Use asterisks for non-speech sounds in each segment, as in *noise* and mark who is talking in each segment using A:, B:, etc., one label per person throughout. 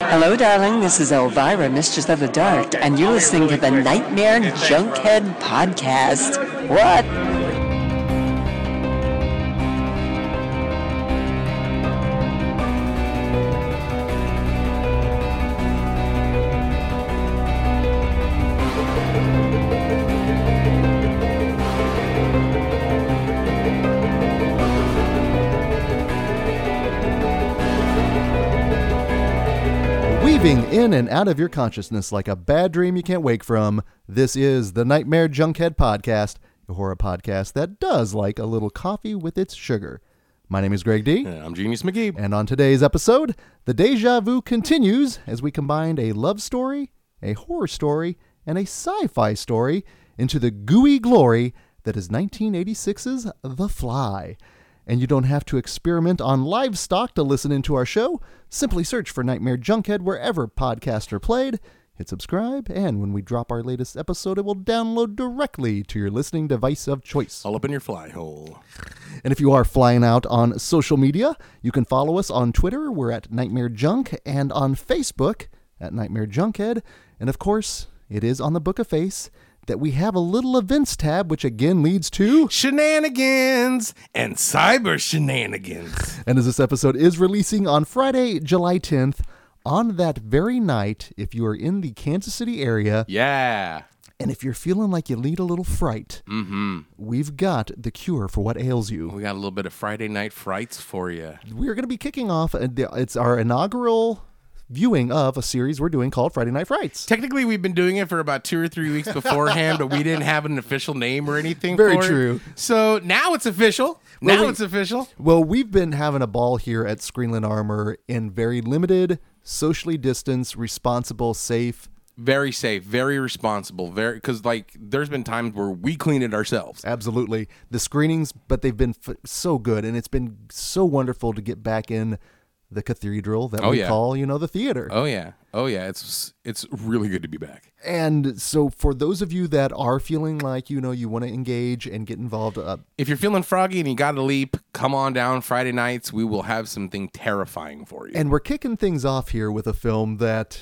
A: Hello, darling. This is Elvira, Mistress of the Dark, and you're listening to the Nightmare Junkhead podcast. What?
B: Weaving in and out of your consciousness like a bad dream you can't wake from, this is the Nightmare Junkhead Podcast, a horror podcast that does like a little coffee with its sugar. My name is Greg D,
C: Yeah, I'm Genius McGee.
B: and on today's episode, the deja vu continues as we combined a love story, a horror story, and a sci fi story into the gooey glory that is 1986's The Fly. And you don't have to experiment on livestock to listen into our show. Simply search for Nightmare Junkhead wherever podcasts are played. Hit subscribe, and when we drop our latest episode, it will download directly to your listening device of choice.
C: All up in your fly hole.
B: And if you are flying out on social media, you can follow us on Twitter. We're at Nightmare Junk and on Facebook at Nightmare Junkhead. And of course, it is on the Book of Face that we have a little events tab, which again leads to.
C: Shenanigans and cyber shenanigans.
B: And as this episode is releasing on Friday, July 10th, on that very night, if you are in the Kansas City area
C: Yeah.
B: and if you're feeling like you need a little fright, we've got the cure for what ails you.
C: We got a little bit of Friday night frights for you.
B: we're going to be kicking off. uh, the- It's our inaugural viewing of a series we're doing called Friday Night Frights.
C: Technically, we've been doing it for about two or three weeks beforehand, but we didn't have an official name or anything.
B: Very
C: for it.
B: true.
C: So now it's official.
B: Well,
C: Now
B: we-
C: it's official.
B: Well, we've been having a ball here at Screenland Armor in very limited, socially distanced, responsible, safe.
C: Very safe, very responsible, very because like there's been times where we clean it ourselves.
B: Absolutely. The screenings, but they've been f- so good, and it's been so wonderful to get back in the cathedral that
C: Oh,
B: we
C: yeah.
B: call, you know, the theater.
C: Oh yeah, oh yeah. It's it's really good to be back.
B: And so, for those of you that are feeling like, you know, you want to engage and get involved, uh,
C: If you're feeling froggy and you got to leap, come on down Friday nights. We will have something terrifying for you.
B: And we're kicking things off here with a film that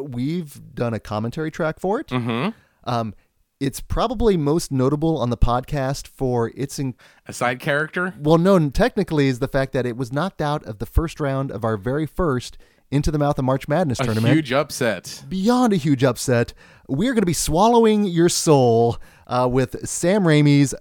B: we've done a commentary track for it. Mm-hmm. Um, it's probably most notable on the podcast for its in-
C: a side character?
B: well known technically is the fact that it was knocked out of the first round of our very first Into the Mouth of March Madness
C: A
B: tournament.
C: huge upset.
B: Beyond a huge upset, we're going to be swallowing your soul uh, with Sam Raimi's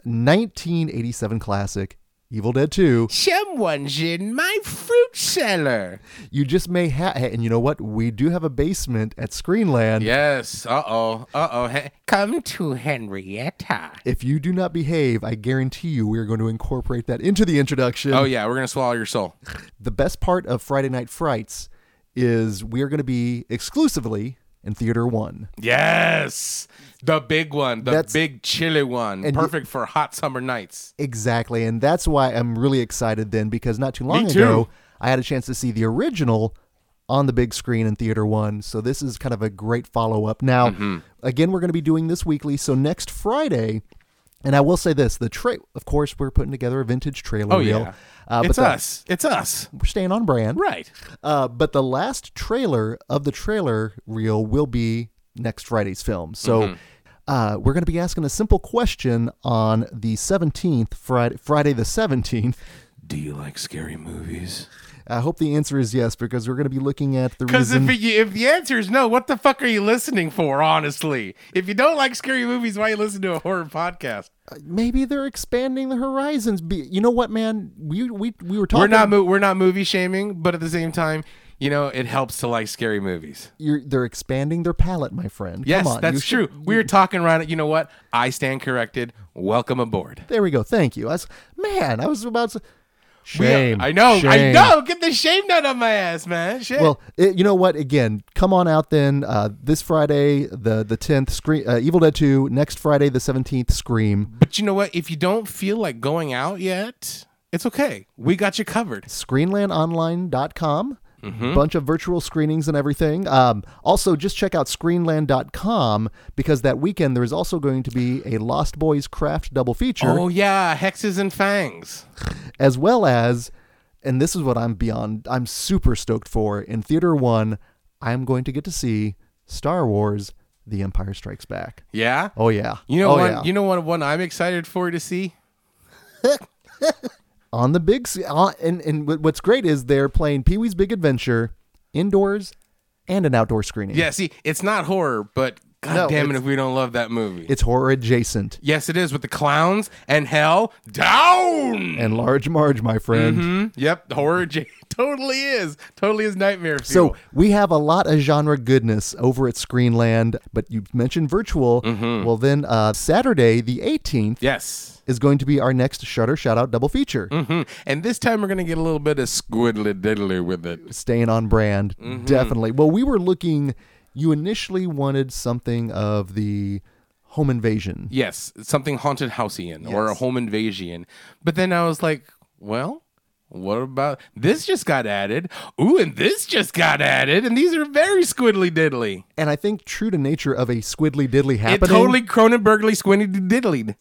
B: 1987 classic, Evil Dead 2.
C: Someone's in my fruit cellar.
B: You just may have, and you know what? We do have a basement at Screenland.
C: Yes. Uh oh. Uh oh. He- Come to Henrietta.
B: If you do not behave, I guarantee you we are going to incorporate that into the introduction.
C: Oh, yeah. We're going to swallow your soul.
B: The best part of Friday Night Frights is we are going to be exclusively in Theater One.
C: Yes. The big one. The
B: That's-
C: big chilly one.
B: And you-
C: Perfect for hot summer nights.
B: Exactly. And that's why I'm really excited then because not too long
C: Me
B: ago,
C: too.
B: I had a chance to see the original on the big screen in Theater One. So this is kind of a great follow up. Now,
C: Mm-hmm.
B: again, we're going to be doing this weekly. So next Friday, and I will say this the tra- of course, we're putting together a vintage trailer
C: Oh,
B: reel.
C: yeah.
B: Uh, but
C: it's
B: the-
C: us. It's us.
B: We're staying on brand.
C: Right.
B: Uh, but the last trailer of the trailer reel will be next Friday's film. So
C: Mm-hmm.
B: uh, we're going to be asking a simple question on the 17th, Friday, Friday the 17th.
C: Do you like scary movies?
B: I hope the answer is yes, because we're going to be looking at the
C: Because
B: reason.
C: if, you- if the answer is no, what the fuck are you listening for, honestly? If you don't like scary movies, why you listen to a horror podcast?
B: Maybe they're expanding the horizons. Be- you know what, man? We, we, we were talking.
C: We're not mo- we're not movie shaming, but at the same time, you know, it helps to like scary movies.
B: You're, they're expanding their palette, my friend.
C: Yes,
B: Come on, you
C: that's
B: should-
C: true. We were talking around it. You know what? I stand corrected. Welcome aboard.
B: There we go. Thank you. I was, man, I was about to.
C: We-
B: Shame.
C: I know. I
B: Shame.
C: know. Get the shame nut on my ass, man.
B: *laughs*
C: Shit.
B: Well, it, you know what? Again, come on out then. Uh, this Friday, the the tenth, Scream, uh, Evil Dead Two. Next Friday, the seventeenth, Scream.
C: but you know what? If you don't feel like going out yet, it's okay. We got you covered.
B: ScreenlandOnline.com.
C: Mm-hmm.
B: Bunch of virtual screenings and everything. Um, also, just check out screenland.com because that weekend there is also going to be a Lost Boys Craft double feature,
C: Oh yeah, hexes and fangs.
B: as well as, and this is what I'm beyond, I'm super stoked for in Theater One. I'm going to get to see Star Wars The Empire Strikes Back.
C: Yeah.
B: Oh, yeah.
C: You know
B: oh,
C: one.
B: yeah.
C: You know one. One I'm excited for to see.
B: on the big s- on, and and what- what's great is they're playing Pee Wee's Big Adventure indoors and an outdoor screening.
C: Yeah. See, it's not horror, but god
B: No,
C: damn it,
B: it's-
C: if we don't love that movie.
B: it's horror adjacent
C: yes, it is with the clowns and hell down.
B: and large Marge, my friend.
C: Hmm, Yep. Horror *laughs* J- totally is. Totally is nightmare fuel.
B: So we have a lot of genre goodness over at Screenland, but you mentioned virtual. Well, then uh, Saturday the 18th
C: yes.
B: is going to be our next Shutter Shout Out double feature.
C: Mhm. And this time we're gonna get a little bit of squiddly diddly with it.
B: Staying on brand, definitely. Well, we were looking. You initially wanted something of the home invasion.
C: Yes, something haunted houseian or a home invasion. But then I was like, well, what about this just got added? Ooh, and this just got added, and these are very squiddly diddly.
B: And I think true to nature of a squiddly diddly happening,
C: It totally Cronenbergly squinty diddly.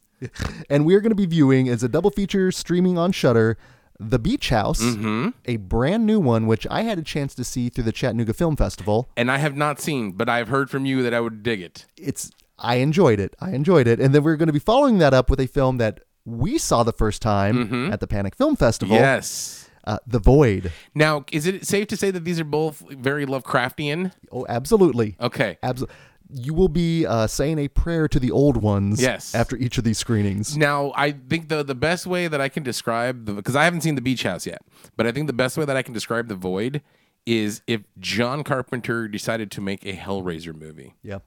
B: and we are going to be viewing as a double feature streaming on Shutter, The Beach House,
C: Mm-hmm.
B: a brand new one which I had a chance to see through the Chattanooga Film Festival.
C: And I have not seen, but I've heard from you that I would dig it.
B: It's I enjoyed it. I enjoyed it, and then we're going to be following that up with a film that we saw the first time
C: Mm-hmm.
B: at the Panic Film Festival,
C: Yes.
B: uh, The Void.
C: Now, is it safe to say that these are both very Lovecraftian?
B: Oh, absolutely.
C: Okay.
B: Absolutely. You will be uh, saying a prayer to the old ones
C: Yes.
B: after each of these screenings.
C: Now, I think the the best way that I can describe the because I haven't seen the Beach House yet, but I think the best way that I can describe the void is if John Carpenter decided to make a Hellraiser movie.
B: Yeah.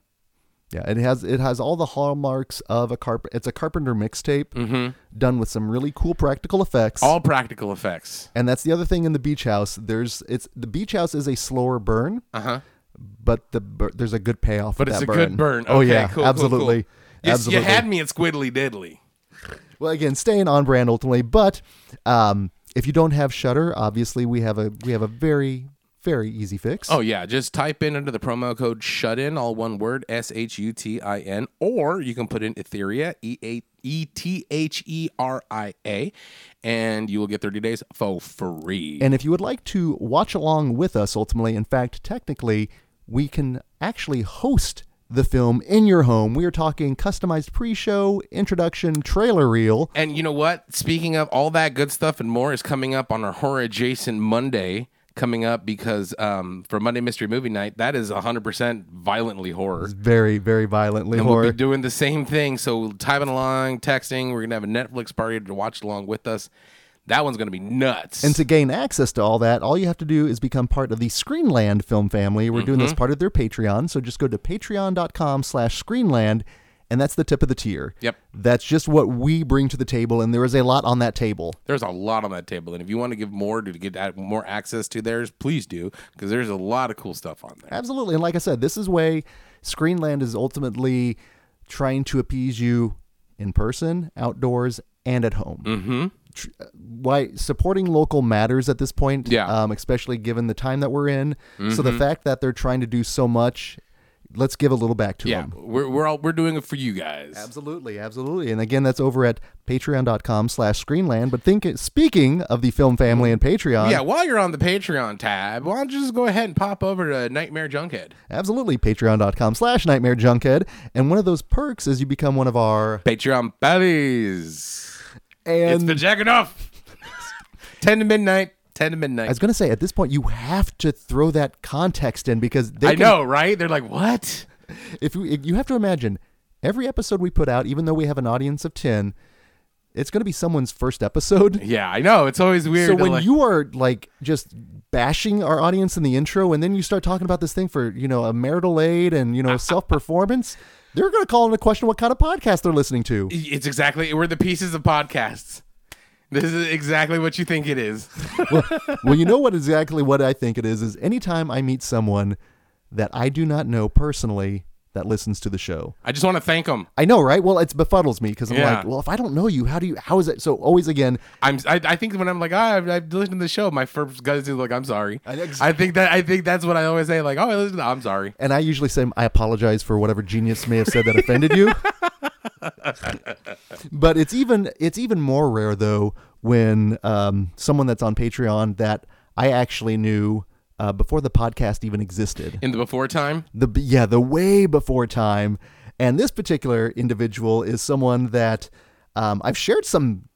B: Yeah, it has it has all the hallmarks of a carp. It's a Carpenter mixtape done with some really cool practical effects.
C: Mm-hmm. All practical effects.
B: and that's the other thing in the beach house. There's it's the beach house is a slower burn,
C: Uh huh.
B: but the bur- there's a good payoff.
C: But
B: with
C: it's a
B: that
C: good burn.
B: Oh
C: Okay,
B: yeah,
C: cool, cool, cool.
B: absolutely,
C: You,
B: absolutely.
C: you had me at Squiddly Diddly.
B: well, again, staying on brand ultimately, but um, if you don't have Shutter, obviously we have a we have a very very easy fix.
C: Oh yeah, just type in under the promo code shut in all one word S H U T I N or you can put in Etheria E A E T H E R I A and you will get 30 days for free.
B: And if you would like to watch along with us, ultimately, in fact, technically, we can actually host the film in your home. We are talking customized pre show, introduction, trailer reel.
C: And you know what? Speaking of all that good stuff and more is coming up on our horror adjacent Monday coming up because um, for Monday Mystery Movie Night, that is 100% violently horror.
B: Very, very violently
C: And we'll
B: horror.
C: be doing the same thing. So typing along, texting. We're going to have a Netflix party to watch along with us. That one's going to be nuts.
B: And to gain access to all that, all you have to do is become part of the Screenland film family. We're doing this
C: Mm-hmm.
B: part of their Patreon, so just go to patreon.com slash screenland, and that's the tip of the tier.
C: Yep.
B: That's just what we bring to the table, and there is a lot on that table.
C: there's a lot on that table. And if you want to give more to get at- more access to theirs, please do because there's a lot of cool stuff on there.
B: Absolutely. And like I said, this is way Screenland is ultimately trying to appease you in person, outdoors, and at home. Mm-hmm. Why supporting local matters at this point,
C: Yeah. Mm-hmm.
B: um, especially given the time that we're in. So the fact that they're trying to do so much, let's give a little back to
C: Yeah,
B: them.
C: we're we're all, we're doing it for you guys.
B: Absolutely, absolutely. And again, that's over at patreon.com slash screenland. But think speaking of the film family and Patreon,
C: Yeah, while you're on the Patreon tab, why don't you just go ahead and pop over to Nightmare Junkhead?
B: absolutely patreon.com slash nightmare junkhead. And one of those perks is you become one of our
C: Patreon buddies. It's
B: And
C: been jacking *laughs* off. 10 to midnight. 10 to
B: I
C: midnight.
B: was going to say, at this point, you have to throw that context in because they
C: I
B: can-
C: know, right? They're like, what?
B: If you, if you have to imagine, every episode we put out, even though we have an audience of 10, it's going to be someone's first
C: *laughs*
B: episode.
C: Yeah, I know. It's always weird.
B: So
C: to,
B: when
C: like-
B: you are like just bashing our audience in the intro and then you start talking about this thing for, you know, a marital aid and, you
C: *laughs*
B: know, self performance, they're going to call into question what kind of podcast they're listening
C: *laughs*
B: to.
C: It's exactly. We're the pieces of podcasts. This is exactly what you think it is.
B: well, you know what exactly what I think it is is anytime I meet someone that I do not know personally that listens to the show.
C: I just want to thank them.
B: I know, right? Well, it's befuddles me because I'm
C: Yeah.
B: like, well, if I don't know you, how do you? How is it? So always again,
C: I'm. I, I think when I'm like, ah, I've, I've listened to the show. My first guys do like, I'm sorry.
B: I ex-
C: I think that. I think that's what I always say. Like, oh, I listened to. I'm sorry.
B: and I usually say I apologize for whatever genius may have said that offended you. but it's even it's even more rare though when um, someone that's on Patreon that I actually knew uh, before the podcast even existed.
C: in the before time.
B: The yeah, the way before time. And this particular individual is someone that um, I've shared some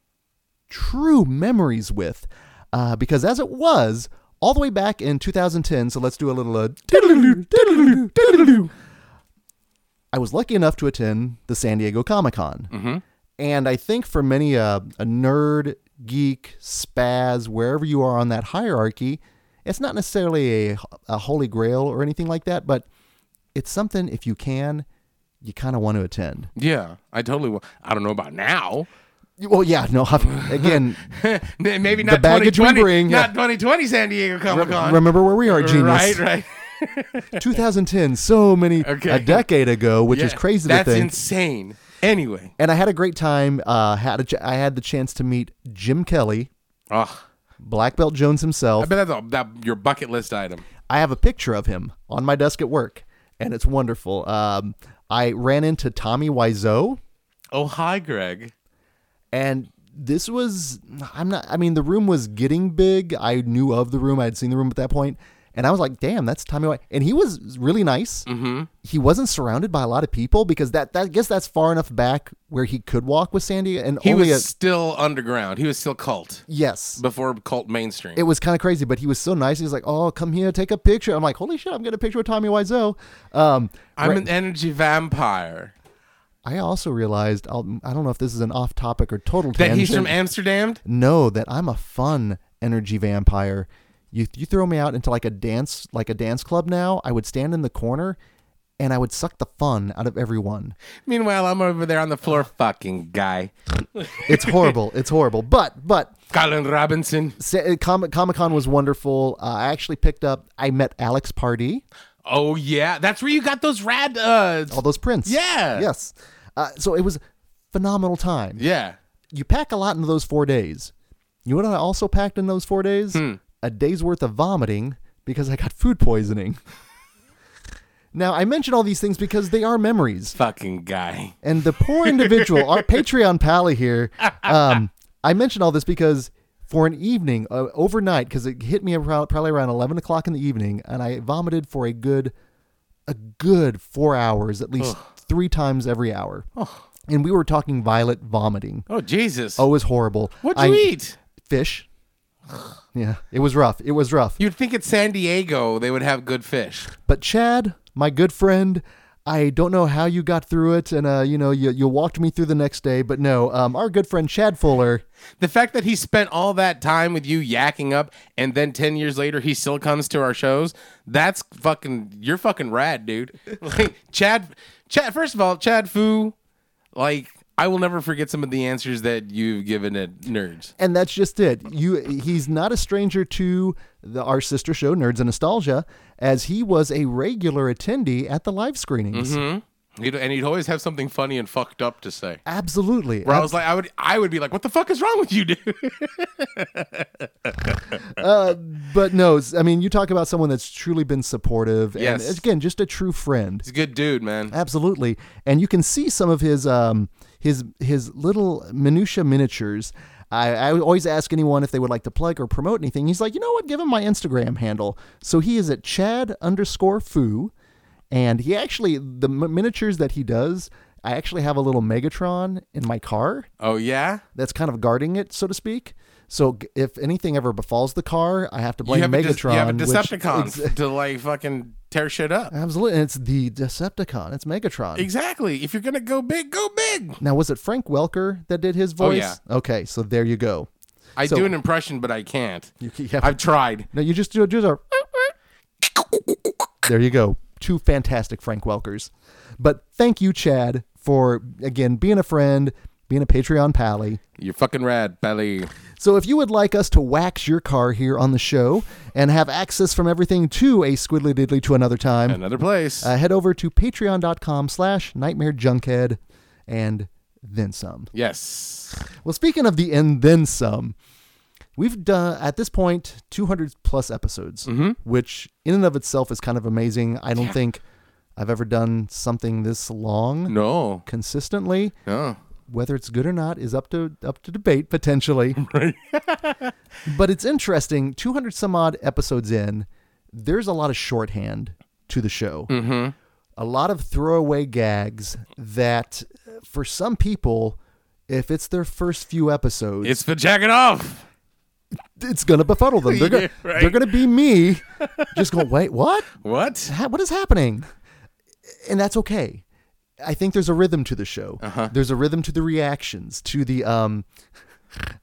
B: true memories with, uh, because as it was all the way back in 2010. So let's do a little. Uh, diddle-doo, diddle-doo, diddle-doo. I was lucky enough to attend the San Diego Comic Con. And I think for many uh, a nerd, geek, spaz, wherever you are on that hierarchy, it's not necessarily a, a holy grail or anything like that, but it's something if you can, you kind of want to attend.
C: Yeah, I totally. Will. I don't know about now. *laughs*
B: Well, yeah, no, I've- again,
C: Maybe not
B: baggage we
C: 2020,
B: bring, yeah.
C: Not 2020 San Diego Comic Con.
B: remember where we are,
C: Right,
B: genius.
C: right.
B: 2010, so many,
C: Okay.
B: a decade ago, which is
C: Yeah,
B: crazy
C: That's
B: to think.
C: insane. Anyway,
B: and I had a great time. Uh, had a ch- I had the chance to meet Jim Kelly,
C: Ugh.
B: Black Belt Jones himself.
C: I bet that's a, that your bucket list item.
B: I have a picture of him on my desk at work, and it's wonderful. Um, I ran into Tommy Wiseau,
C: Oh hi, Greg.
B: and this was I'm not. I mean, the room was getting big. I knew of the room. I had seen the room at that point, and I was like, "Damn, that's Tommy Wiseau." And he was really nice. Mm-hmm. He wasn't surrounded by a lot of people because that, that I guess that's far enough back where he could walk with Sandy, and
C: He
B: only
C: was
B: a
C: still underground. He was still cult
B: yes.
C: before cult mainstream.
B: It was kind of crazy, but he was so nice. He was like, "Oh, come here, take a picture." I'm like, "Holy shit, I'm getting a picture with Tommy Wiseau." Um,
C: I'm an energy vampire.
B: I also realized I'll, I don't know if this is an off topic or total
C: That
B: tangent.
C: he's from Amsterdam.
B: no, that I'm a fun energy vampire. You you throw me out into like a dance like a dance club now, I would stand in the corner and I would suck the fun out of everyone.
C: Meanwhile, I'm over there on the floor, fucking guy.
B: It's horrible. it's horrible. But but uh,
C: Colin Robinson.
B: Comic Comic Con was wonderful. Uh, I actually picked up. I met Alex Pardee,
C: Oh yeah, that's where you got those rad. Uh,
B: all those prints.
C: Yeah.
B: Yes. Uh, so it was a phenomenal time.
C: yeah.
B: you pack a lot into those four days. You know what I also packed in those four days? A day's worth of vomiting because I got food poisoning. *laughs* now, I mention all these things because they are memories.
C: Fucking guy.
B: And the poor individual, our Patreon pally here, um, I mention all this because for an evening, uh, overnight, because it hit me around, probably around 11 o'clock in the evening, and I vomited for a good, a good four hours, at least three times every hour. And we were talking violent vomiting.
C: Oh Jesus.
B: Oh, it was horrible.
C: What'd you
B: I-
C: eat?
B: Fish. Yeah, it was rough. It was rough.
C: You'd think at San Diego they would have good fish.
B: But Chad, my good friend, I don't know how you got through it, and uh, you know, you, you walked me through the next day. But no, um, our good friend Chad Fuller.
C: The fact that he spent all that time with you yakking up, and then ten years later he still comes to our shows—that's fucking. You're fucking rad, dude. *laughs* Like Chad, Chad. First of all, Chad Fu, like I will never forget some of the answers that you've given at nerds.
B: and that's just it. You, he's not a stranger to the, our sister show, Nerds and Nostalgia, as he was a regular attendee at the live screenings.
C: Mm-hmm. He'd- and he'd always have something funny and fucked up to say.
B: Absolutely.
C: Where I was like, I would, I would be like, "What the fuck is wrong with you, dude?" *laughs*
B: but no, I mean, you talk about someone that's truly been supportive,
C: Yes.
B: and again, just a true friend.
C: He's a good dude, man.
B: Absolutely, and you can see some of his um his his little minutia miniatures. I, I always ask anyone if they would like to plug or promote anything. He's like, you know what? Give him my Instagram handle. So he is at Chad underscore Foo, and he actually the m- miniatures that he does. I actually have a little Megatron in my car
C: Oh yeah,
B: that's kind of guarding it, so to speak. So g- if anything ever befalls the car, I have to blame
C: you have a,
B: Megatron.
C: Des- you have a
B: which-
C: Decepticon
B: ex-
C: to like fucking tear shit up.
B: absolutely, and it's the Decepticon. It's Megatron.
C: Exactly. If you're gonna go big, go big.
B: Now, was it Frank Welker that did his voice? Okay, so there you go. *laughs*
C: I
B: So-
C: do an impression, but I can't.
B: You, you have-
C: I've tried.
B: no, you just do do a. There you go. Two fantastic Frank Welkers. But thank you, Chad, for again being a friend, being a Patreon pally.
C: You're fucking rad, belly.
B: So if you would like us to wax your car here on the show and have access from everything to a squiddly diddly to another time,
C: Another place.
B: uh, head over to patreon.com slash nightmare junkhead and then some.
C: yes.
B: Well, speaking of the end, then some, we've done at this point 200 plus episodes, which in and of itself is kind of amazing. I don't think I've ever done something this
C: Mm.
B: long
C: No.
B: consistently.
C: No.
B: Whether it's good or not is up to up to debate *laughs*
C: *laughs*
B: potentially. but it's interesting. 200 some odd episodes in, there's a lot of shorthand to the show.
C: Mm-hmm.
B: A lot of throwaway gags that, uh, for some people, if it's their first few episodes,
C: It's the jacket off.
B: it's gonna befuddle
C: *laughs*
B: them. They're gonna,
C: Yeah, right.
B: they're gonna be me, just going, wait, what?
C: What?
B: ha- what is happening? And that's okay. I think there's a rhythm to the show.
C: Uh-huh.
B: There's a rhythm to the reactions, to the um,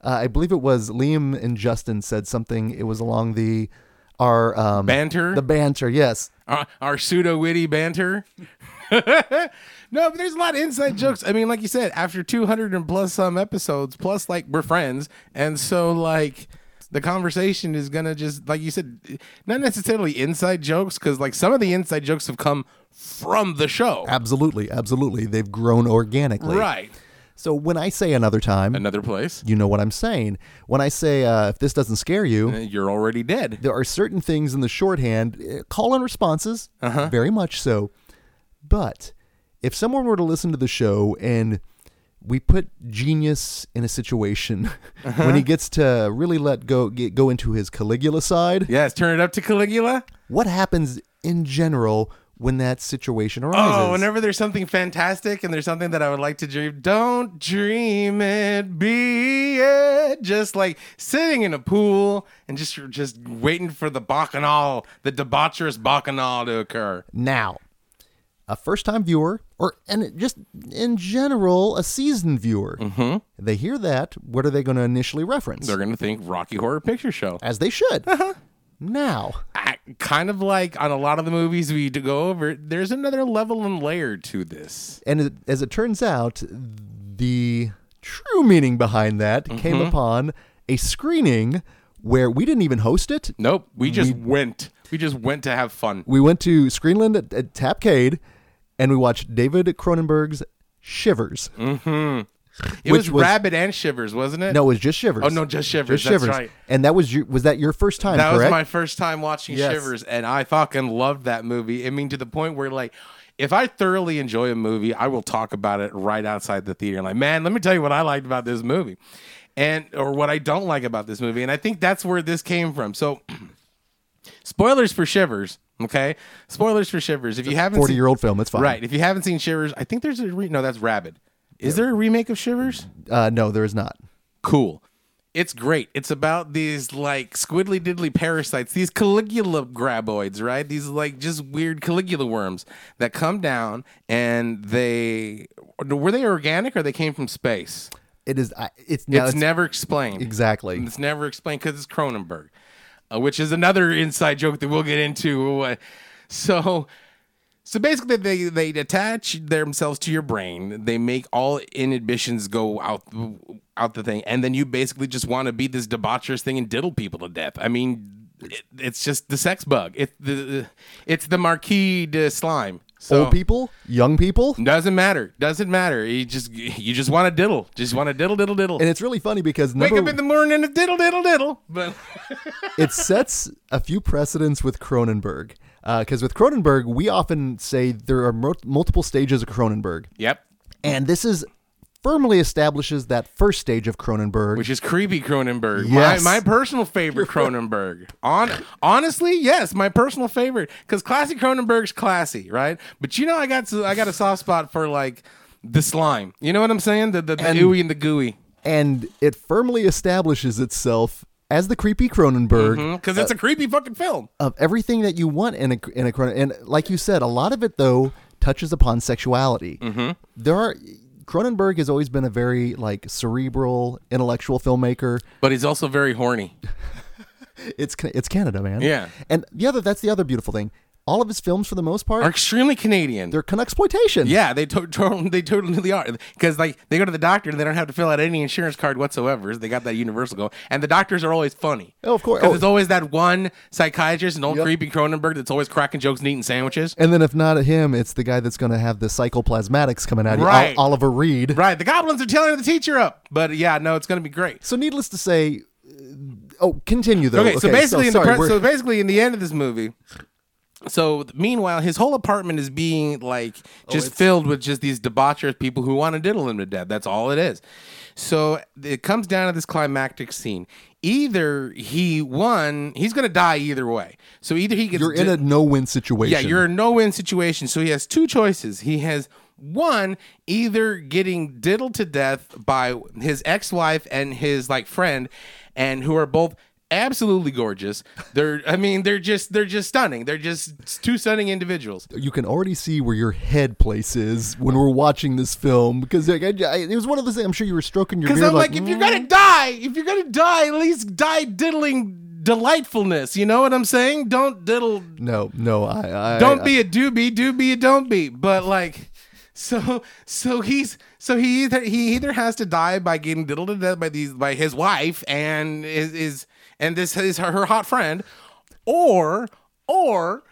B: uh, I believe it was Liam and Justin said something. It was along the our um,
C: Banter?
B: the banter. Yes,
C: our, our pseudo witty banter. *laughs* no, but there's a lot of inside jokes. I mean, like you said, after 200 and plus some episodes, plus like we're friends, and so like the conversation is gonna just like you said, not necessarily inside jokes because like some of the inside jokes have come from the show,
B: absolutely, absolutely. They've grown organically.
C: right?
B: So when I say another time,
C: Another place,
B: you know what I'm saying. When I say uh, if this doesn't scare you,
C: Uh, you're already dead.
B: there are certain things in the shorthand, uh, call and responses,
C: Uh-huh.
B: very much so. But if someone were to listen to the show and we put genius in a situation *laughs* when
C: Uh-huh.
B: he gets to really let go get, go into his Caligula side,
C: Yes, turn it up to Caligula.
B: what happens in general when that situation arises?
C: Oh, whenever there's something fantastic and there's something that I would like to dream, don't dream it, be it. Just like sitting in a pool and just just waiting for the bacchanal, the debaucherous bacchanal to occur.
B: now, a first-time viewer or and it just in general a seasoned viewer,
C: Mm-hmm.
B: they hear that. What are they going to initially reference?
C: They're gonna think Rocky Horror Picture Show.
B: as they should.
C: Uh-huh.
B: Now,
C: I- kind of like on a lot of the movies we do go over, there's another level and layer to this.
B: and it, as it turns out, the true meaning behind that
C: Mm-hmm.
B: came upon a screening where we didn't even host it.
C: Nope, we just went. We just went to have fun.
B: We went to Screenland at, at Tapcade, and we watched David Cronenberg's Shivers.
C: Mm. It
B: Which
C: was,
B: was-
C: rabid and shivers, wasn't it?
B: No, it was just Shivers.
C: Oh, no, just Shivers, that's right.
B: And that was your, was that your first time?
C: That was
B: correct?
C: my first time watching
B: Yes.
C: Shivers, and I fucking loved that movie. I mean, to the point where like. If I thoroughly enjoy a movie, I will talk about it right outside the theater. Like, man, let me tell you what I liked about this movie, and or what I don't like about this movie. And I think that's where this came from. So, *clears throat* spoilers for Shivers, okay? Spoilers for Shivers. If you haven't
B: forty
C: seen,
B: year old film. It's fine.
C: right? If you haven't seen Shivers, I think there's a re- no. That's Rabid. Is there a remake of Shivers?
B: Uh, no, there is not.
C: cool. It's great. It's about these like squiddly diddly parasites, these Caligula graboids, right? These like just weird Caligula worms that come down and they were they organic or they came from space?
B: It is. I, it's now.
C: it's,
B: It's,
C: never explained.
B: exactly.
C: It's never explained because it's Cronenberg, uh, which is another inside joke that we'll get into. Uh, so, so basically, they they attach themselves to your brain. They make all inhibitions go out out the thing, and then you basically just want to be this debaucherous thing and diddle people to death. I mean, it, it's just the sex bug. It's the it's the Marquis de Slime. So Mm.
B: old people, young people.
C: doesn't matter. Doesn't matter. You just you just want to diddle. Just want to diddle diddle diddle.
B: And it's really funny because
C: Wake
B: number,
C: up in the morning and diddle diddle diddle. But
B: it sets a few precedents with Cronenberg. Because with Cronenberg, we often say there are mo- multiple stages of Cronenberg.
C: yep,
B: And this is firmly establishes that first stage of Cronenberg.
C: which is creepy Cronenberg.
B: Yes.
C: My, my personal *laughs* favorite Cronenberg. On honestly, yes, my personal favorite because classic Cronenberg's classy, right? But you know, I got I got a soft spot for like the slime. You know what I'm saying? The the, the ooey and the gooey
B: and it firmly establishes itself as the creepy Cronenberg
C: because it's a creepy fucking film.
B: of everything that you want in a, in a Cronen. And like you said, a lot of it, though, touches upon sexuality. Mm-hmm. There are. Cronenberg has always been a very like cerebral, intellectual filmmaker.
C: But he's also very horny.
B: It's Ca- it's Canada, man.
C: Yeah.
B: And the other that's the other beautiful thing. All of his films, for the most part,
C: Are extremely Canadian.
B: they're exploitation.
C: Yeah, they to- *laughs* to- they totally are because like they go to the doctor and they don't have to fill out any insurance card whatsoever. They got that universal go, and the doctors are always funny.
B: Oh, of course.
C: because
B: Oh.
C: there's always that one psychiatrist, an old
B: Yep.
C: creepy Cronenberg that's always cracking jokes and eating sandwiches.
B: And then if not him, it's the guy that's going to have the psychoplasmatics coming out of you, Ol-
C: Right.
B: Oliver Reed.
C: Right, the goblins are telling the teacher up, but yeah, no, it's gonna be great.
B: So needless to say, uh, oh, continue though.
C: Okay, so basically, in the
B: sorry,
C: pre-
B: we're-
C: so basically, in the end of this movie, so meanwhile, his whole apartment is being like
B: Oh,
C: just filled with just these debaucherous people who want to diddle him to death. That's all it is. So it comes down to this climactic scene. either he won, he's going to die either way. So either he gets
B: You're in a no win situation.
C: yeah, you're in a no-win situation. So he has two choices. He has one, either getting diddled to death by his ex-wife and his like friend, and who are both absolutely gorgeous. They're, I mean, they're just they're just stunning. They're just two stunning individuals.
B: you can already see where your head place is when we're watching this film because like, I, I, it was one of those things. I'm sure you were stroking your
C: Because
B: beard
C: I'm like,
B: like "Mm,
C: if you're gonna die, if you're gonna die, at least die diddling delightfulness. You know what I'm saying? Don't diddle
B: no, no, I, I
C: don't
B: I-
C: be a doobie, do be a don't be. But like, so so he's so he either he either has to die by getting diddled to death by these by his wife and is is and this is her, her hot friend, or or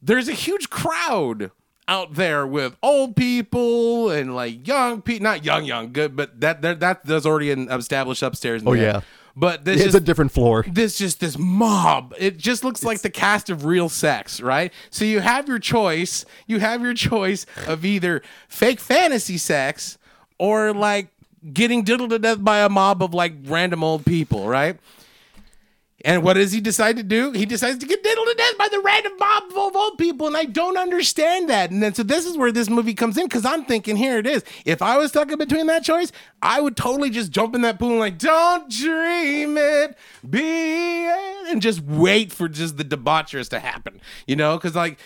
C: there's a huge crowd out there with old people and like young people, not young young good, but that that that that's already in, established upstairs. In
B: Oh,
C: there.
B: yeah.
C: But this
B: It's
C: just,
B: a different floor.
C: this just this mob. It just looks like the cast of Real Sex, right? So you have your choice. You have your choice of either fake fantasy sex or like getting diddled to death by a mob of like random old people, right? And what does he decide to do? He decides to get diddled to death by the random mob of old people, and I don't understand that. And then so this is where this movie comes in because I'm thinking, here it is. If I was stuck in between that choice, I would totally just jump in that pool and like, don't dream it, be it, and just wait for just the debaucherous to happen. You know, because like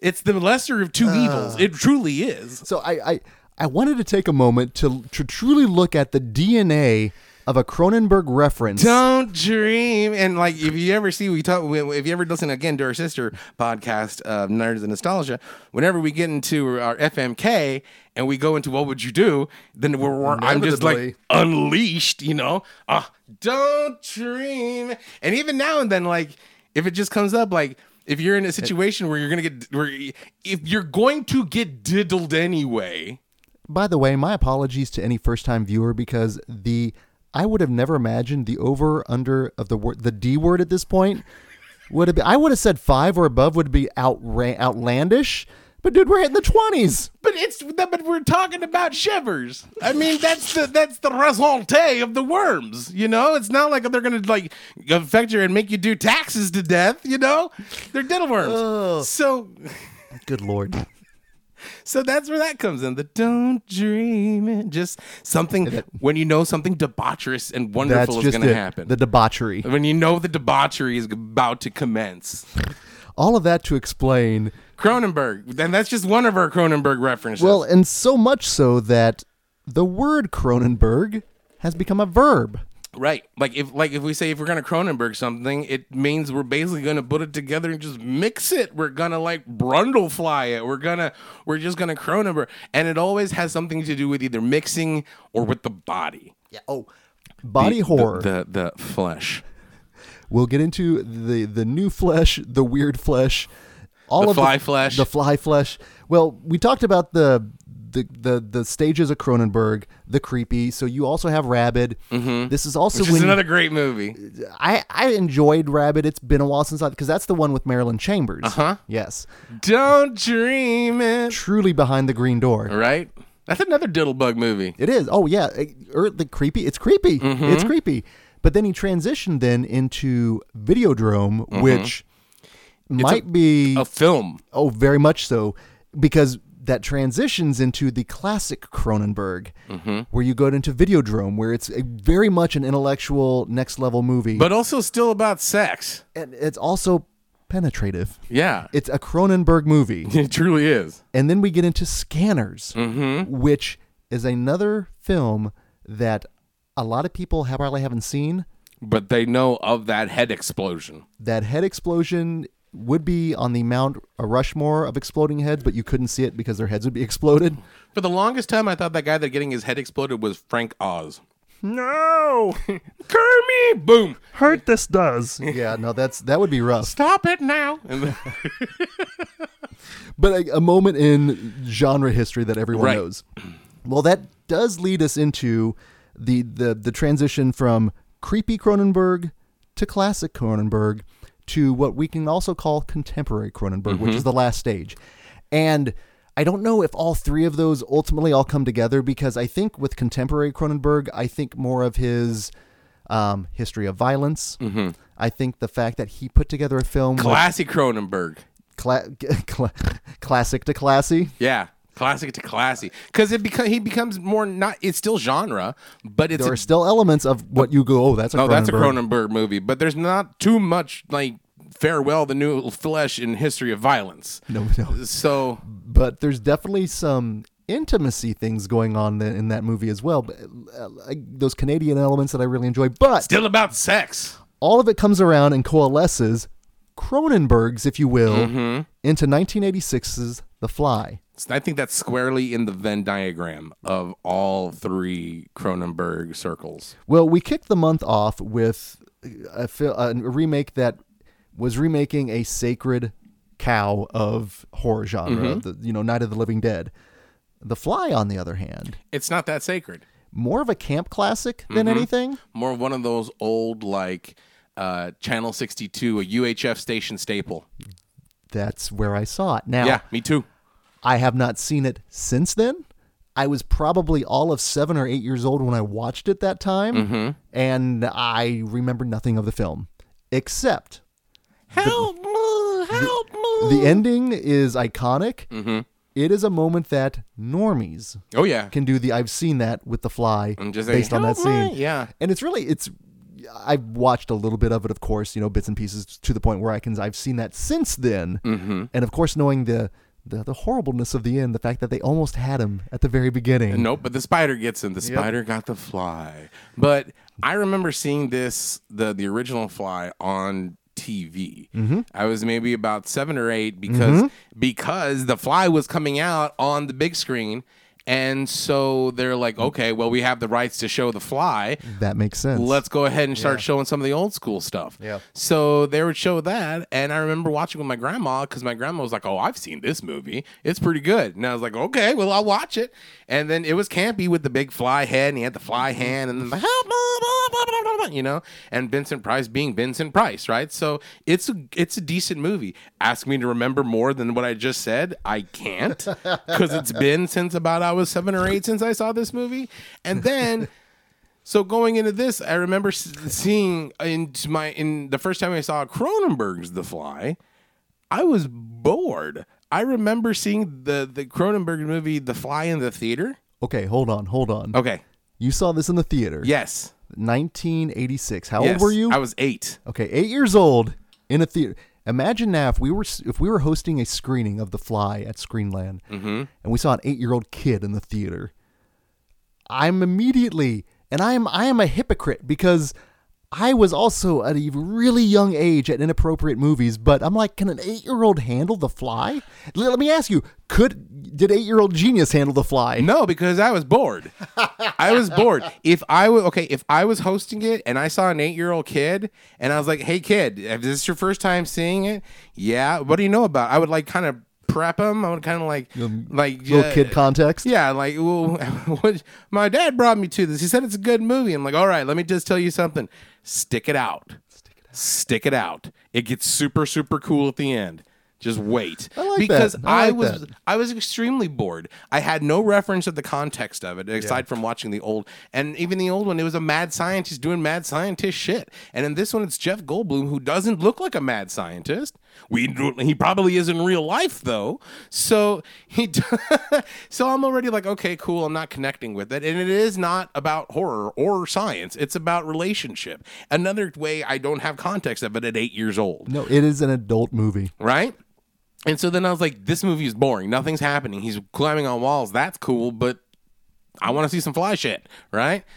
C: it's the lesser of two evils. It truly is.
B: So I, I I wanted to take a moment to to truly look at the DNA of a Cronenberg reference.
C: Don't dream. And like, if you ever see, we talk, if you ever listen again to our sister podcast, uh, Nerds and Nostalgia, whenever we get into our FMK and we go into what would you do, then we're, we're- I'm just like
B: Inevitably.
C: unleashed, you know? Uh, don't dream. And even now and then, like, if it just comes up, like, if you're in a situation where you're gonna get, where y- if you're going to get diddled anyway,
B: By the way, my apologies to any first time viewer because the I would have never imagined the over under of the word the D word at this point would have been, I would have said five or above would be outran- outlandish. But dude, we're hitting the twenties.
C: But it's but we're talking about shivers. I mean, that's the that's the resultante of the worms. You know, it's not like they're gonna like affect you and make you do taxes to death. You know, they're dental worms. So
B: Good lord.
C: so that's where that comes in. The don't dream it. Just something when you know something debaucherous and
B: That's
C: wonderful is
B: just
C: gonna
B: it,
C: happen.
B: the debauchery.
C: when you know the debauchery is about to commence. Uh-huh.
B: All of that to explain
C: Cronenberg, and that's just one of our Cronenberg references.
B: Well, and so much so that the word Cronenberg has become a verb.
C: Right. Like if like if we say if we're gonna Cronenberg something, it means we're basically gonna put it together and just mix it. We're gonna like brundle fly it. We're gonna we're just gonna Cronenberg. And it always has something to do with either mixing or with the body.
B: Yeah. Oh, body
C: The-
B: horror.
C: The, the the flesh.
B: we'll get into the the new flesh, the weird flesh, all
C: The
B: of
C: fly flesh.
B: the fly flesh. Well, we talked about the. The, the the stages of Cronenberg, the creepy. So you also have Rabid. Mm-hmm. This is also
C: Which
B: when
C: is another great movie.
B: I I enjoyed Rabid. It's been a while since I because that's the one with Marilyn Chambers. Uh
C: Uh-huh.
B: huh. Yes,
C: Don't dream it.
B: truly behind the green door.
C: Right? That's another Diddlebug movie.
B: It is. Oh yeah, It- or the creepy. It's creepy.
C: Mm-hmm.
B: It's creepy. But then he transitioned then into Videodrome, which might be
C: Mm-hmm. A film.
B: oh very much so because that transitions into the classic Cronenberg,
C: Mm-hmm.
B: where you go into Videodrome, where it's a, very much an intellectual next level movie,
C: But also still about sex.
B: and it's also penetrative.
C: Yeah. *laughs* It,
B: It's a Cronenberg movie.
C: truly is.
B: And then we get into Scanners, which is another film that a lot of people have probably haven't seen.
C: But they know of that head explosion.
B: That head explosion would be on the Mount Rushmore of exploding heads, but you couldn't see it because their heads would be *laughs* exploded.
C: For the longest time, I thought that guy that getting his head exploded was Frank Oz. *laughs*
D: No!
C: Kermit, boom!
D: Hurt this does.
B: yeah, no, that's that would be rough.
C: Stop it now! And then-
B: But a, a moment in genre history that everyone
C: Right.
B: knows. Well, that does lead us into the the the transition from creepy Cronenberg to classic Cronenberg to what we can also call contemporary Cronenberg, which is the last stage. And I don't know if all three of those ultimately all come together because I think with contemporary Cronenberg, I think more of his um, history of violence. I think the fact that he put together a film with
C: Classic Cronenberg.
B: cla- *laughs* cla- classic to classy.
C: Yeah. Classic to classy. Because it beca- he becomes more not it's still genre, but it's
B: There
C: a
B: are still elements of what you go, oh, that's a
C: Oh, that's a
B: Cronenberg."
C: Cronenberg movie, but there's not too much like farewell the new flesh in history of violence.
B: No, no.
C: So
B: but there's definitely some intimacy things going on th- in that movie as well. But, uh, like those Canadian elements that I really enjoy, but
C: still about sex.
B: all of it comes around and coalesces Cronenberg's, if you will,
C: Mm-hmm.
B: into 1986's The Fly.
C: So I think that's squarely in the Venn diagram of all three Cronenberg circles.
B: Well, we kicked the month off with a, fil- a remake that was remaking a sacred cow of horror genre, the, you know, Night of the Living Dead. The Fly, on the other hand,
C: It's not that sacred.
B: more of a camp classic than anything.
C: More one of those old like uh, Channel 62, a UHF station staple.
B: That's where I saw it. Now,
C: Yeah, me too.
B: I have not seen it since then. I was probably all of seven or eight years old when I watched it that time, and I remember nothing of the film except
C: Help me! Help me!
B: the ending is iconic.
C: Mm-hmm.
B: It is a moment that normies
C: Oh yeah,
B: can do. The I've seen that with The Fly
C: I'm just
B: based
C: like,
B: on that
C: "Help me."
B: scene,
C: Yeah.
B: and it's really it's. I've watched a little bit of it, of course, you know, bits and pieces to the point where I can. I've seen that since then, mm-hmm. and of course, knowing the, the the horribleness of the end, the fact that they almost had him at the very beginning.
C: Nope, but the spider gets him. The spider got the fly. But I remember seeing this the the original fly on TV. I was maybe about seven or eight because because the fly was coming out on the big screen. And so they're like, okay, well, we have the rights to show the fly.
B: That makes sense.
C: Let's go ahead and start showing some of the old school stuff.
B: Yeah.
C: So they would show that, and I remember watching with my grandma because my grandma was like, "Oh, I've seen this movie. It's pretty good." And I was like, "Okay, well, I'll watch it." And then it was campy with the big fly head, and he had the fly
B: Mm-hmm.
C: hand, and then the help, blah, blah, blah, blah, blah, you know, and Vincent Price being Vincent Price, right? So it's a it's a decent movie. Ask me to remember more than what I just said, I can't, because it's been since about I was seven or eight since I saw this movie, and then. So going into this, I remember s- seeing into my in the first time I saw Cronenberg's The Fly, I was bored. I remember seeing the the Cronenberg movie The Fly in the theater.
B: Okay, hold on, hold on.
C: Okay.
B: You saw this in the theater.
C: Yes.
B: 1986. How
C: yes.
B: old were you?
C: I was eight.
B: okay, eight years old in a theater. Imagine now if we were if we were hosting a screening of The Fly at Screenland,
C: Mm-hmm.
B: and we saw an eight-year-old kid in the theater. I'm immediately, and I am I am a hypocrite because I was also at a really young age at inappropriate movies. But I'm like, can an eight-year-old handle The Fly? Let let me ask you: Could did eight-year-old genius handle The Fly?
C: No, because I was bored. I was bored. If I was okay, if I was hosting it and I saw an eight-year-old kid and I was like, "Hey, kid, is this your first time seeing it?" Yeah. What do you know about? it?" I would like kind of prep him. I would kind of like like uh,
B: Little
C: yeah,
B: kid context.
C: Yeah, like well, *laughs* what, my dad brought me to this. He said it's a good movie. I'm like, all right, let me just tell you something. Stick it out. Stick it out. It gets super super cool at the end. Just wait.
B: I like
C: because
B: that. I like
C: was
B: that.
C: I was extremely bored. I had no reference of the context of it aside from watching the old and even the old one. It was a mad scientist doing mad scientist shit. And in this one, it's Jeff Goldblum who doesn't look like a mad scientist. We do- he probably is in real life though. So he d- *laughs* so I'm already like okay, cool. I'm not connecting with it, and it is not about horror or science. It's about relationship. Another way I don't have context of it at eight years old
B: No, it is an adult movie.
C: right? And so then I was like, this movie is boring. Nothing's happening. He's climbing on walls. That's cool, but I want to see some fly shit, right? *laughs*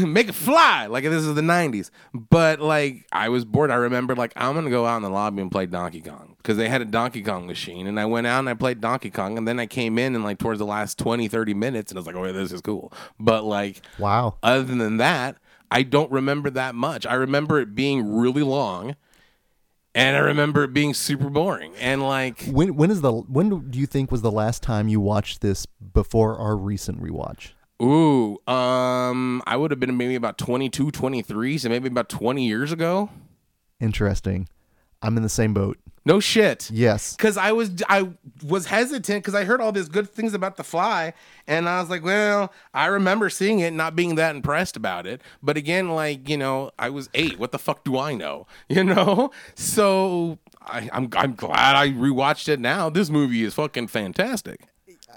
C: Make it fly. Like this is the 90s. But like I was bored. I remember like I'm going to go out in the lobby and play Donkey Kong because they had a Donkey Kong machine and I went out and I played Donkey Kong and then I came in and like towards the last 20 30 minutes and I was like, "Oh, yeah, this is cool." But like
B: Wow.
C: other than that, I don't remember that much. I remember it being really long, and I remember it being super boring. And like,
B: When when is the when do you think was the last time you watched this before our recent rewatch?
C: ooh, um, I would have been maybe about 22, 23, so maybe about 20 years ago.
B: Interesting. I'm in the same boat.
C: No shit.
B: Yes.
C: Cause I was I was hesitant because I heard all these good things about The Fly, and I was like, well, I remember seeing it, and not being that impressed about it. But again, like you know, I was eight. What the fuck do I know? *laughs* You know. So I, I'm I'm glad I rewatched it now. This movie is fucking fantastic.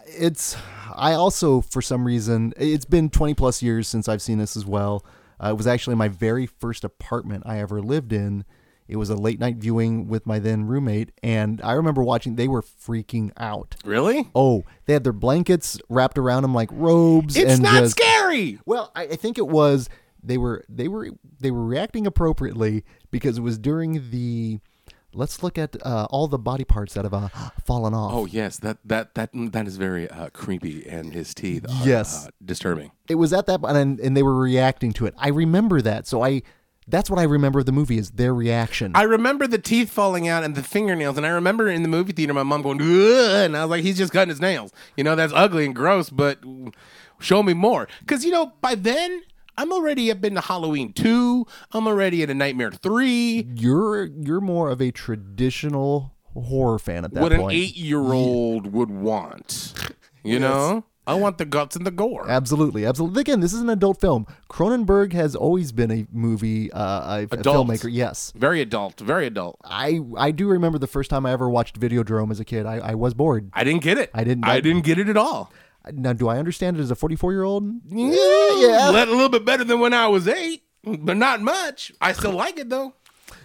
B: It's. I also, for some reason, it's been 20 plus years since I've seen this as well. Uh, it was actually my very first apartment I ever lived in. It was a late night viewing with my then roommate, and I remember watching. They were freaking out.
C: Really?
B: Oh, they had their blankets wrapped around them like robes.
C: It's
B: and
C: not
B: just-
C: scary.
B: Well, I, I think it was they were they were they were reacting appropriately because it was during the let's look at uh, all the body parts that have uh, fallen off.
C: Oh yes, that that that that is very uh, creepy, and his teeth. Are,
B: Yes.
C: uh, disturbing.
B: It was at that and and they were reacting to it. I remember that. So I that's what I remember of the movie is their reaction.
C: I remember the teeth falling out and the fingernails, and I remember in the movie theater my mom going, Ugh, and I was like, he's just cutting his nails. You know, that's ugly and gross, but show me more. Because you know, by then I'm already up into Halloween two. I'm already into Nightmare three.
B: you're you're more of a traditional horror fan at that
C: What an
B: point.
C: eight year old would want. You know, I want the guts and the gore.
B: Absolutely, absolutely. Again, this is an adult film. Cronenberg has always been a movie, uh, a, a
C: Adult.
B: filmmaker. Yes,
C: Very adult. Very adult.
B: I I do remember the first time I ever watched Videodrome as a kid. I, I was bored.
C: I didn't get it.
B: I didn't-
C: I didn't get it at all.
B: Now, do I understand it as a 44 year old? Yeah,
C: Let a little bit better than when I was eight, but not much. I still like it though.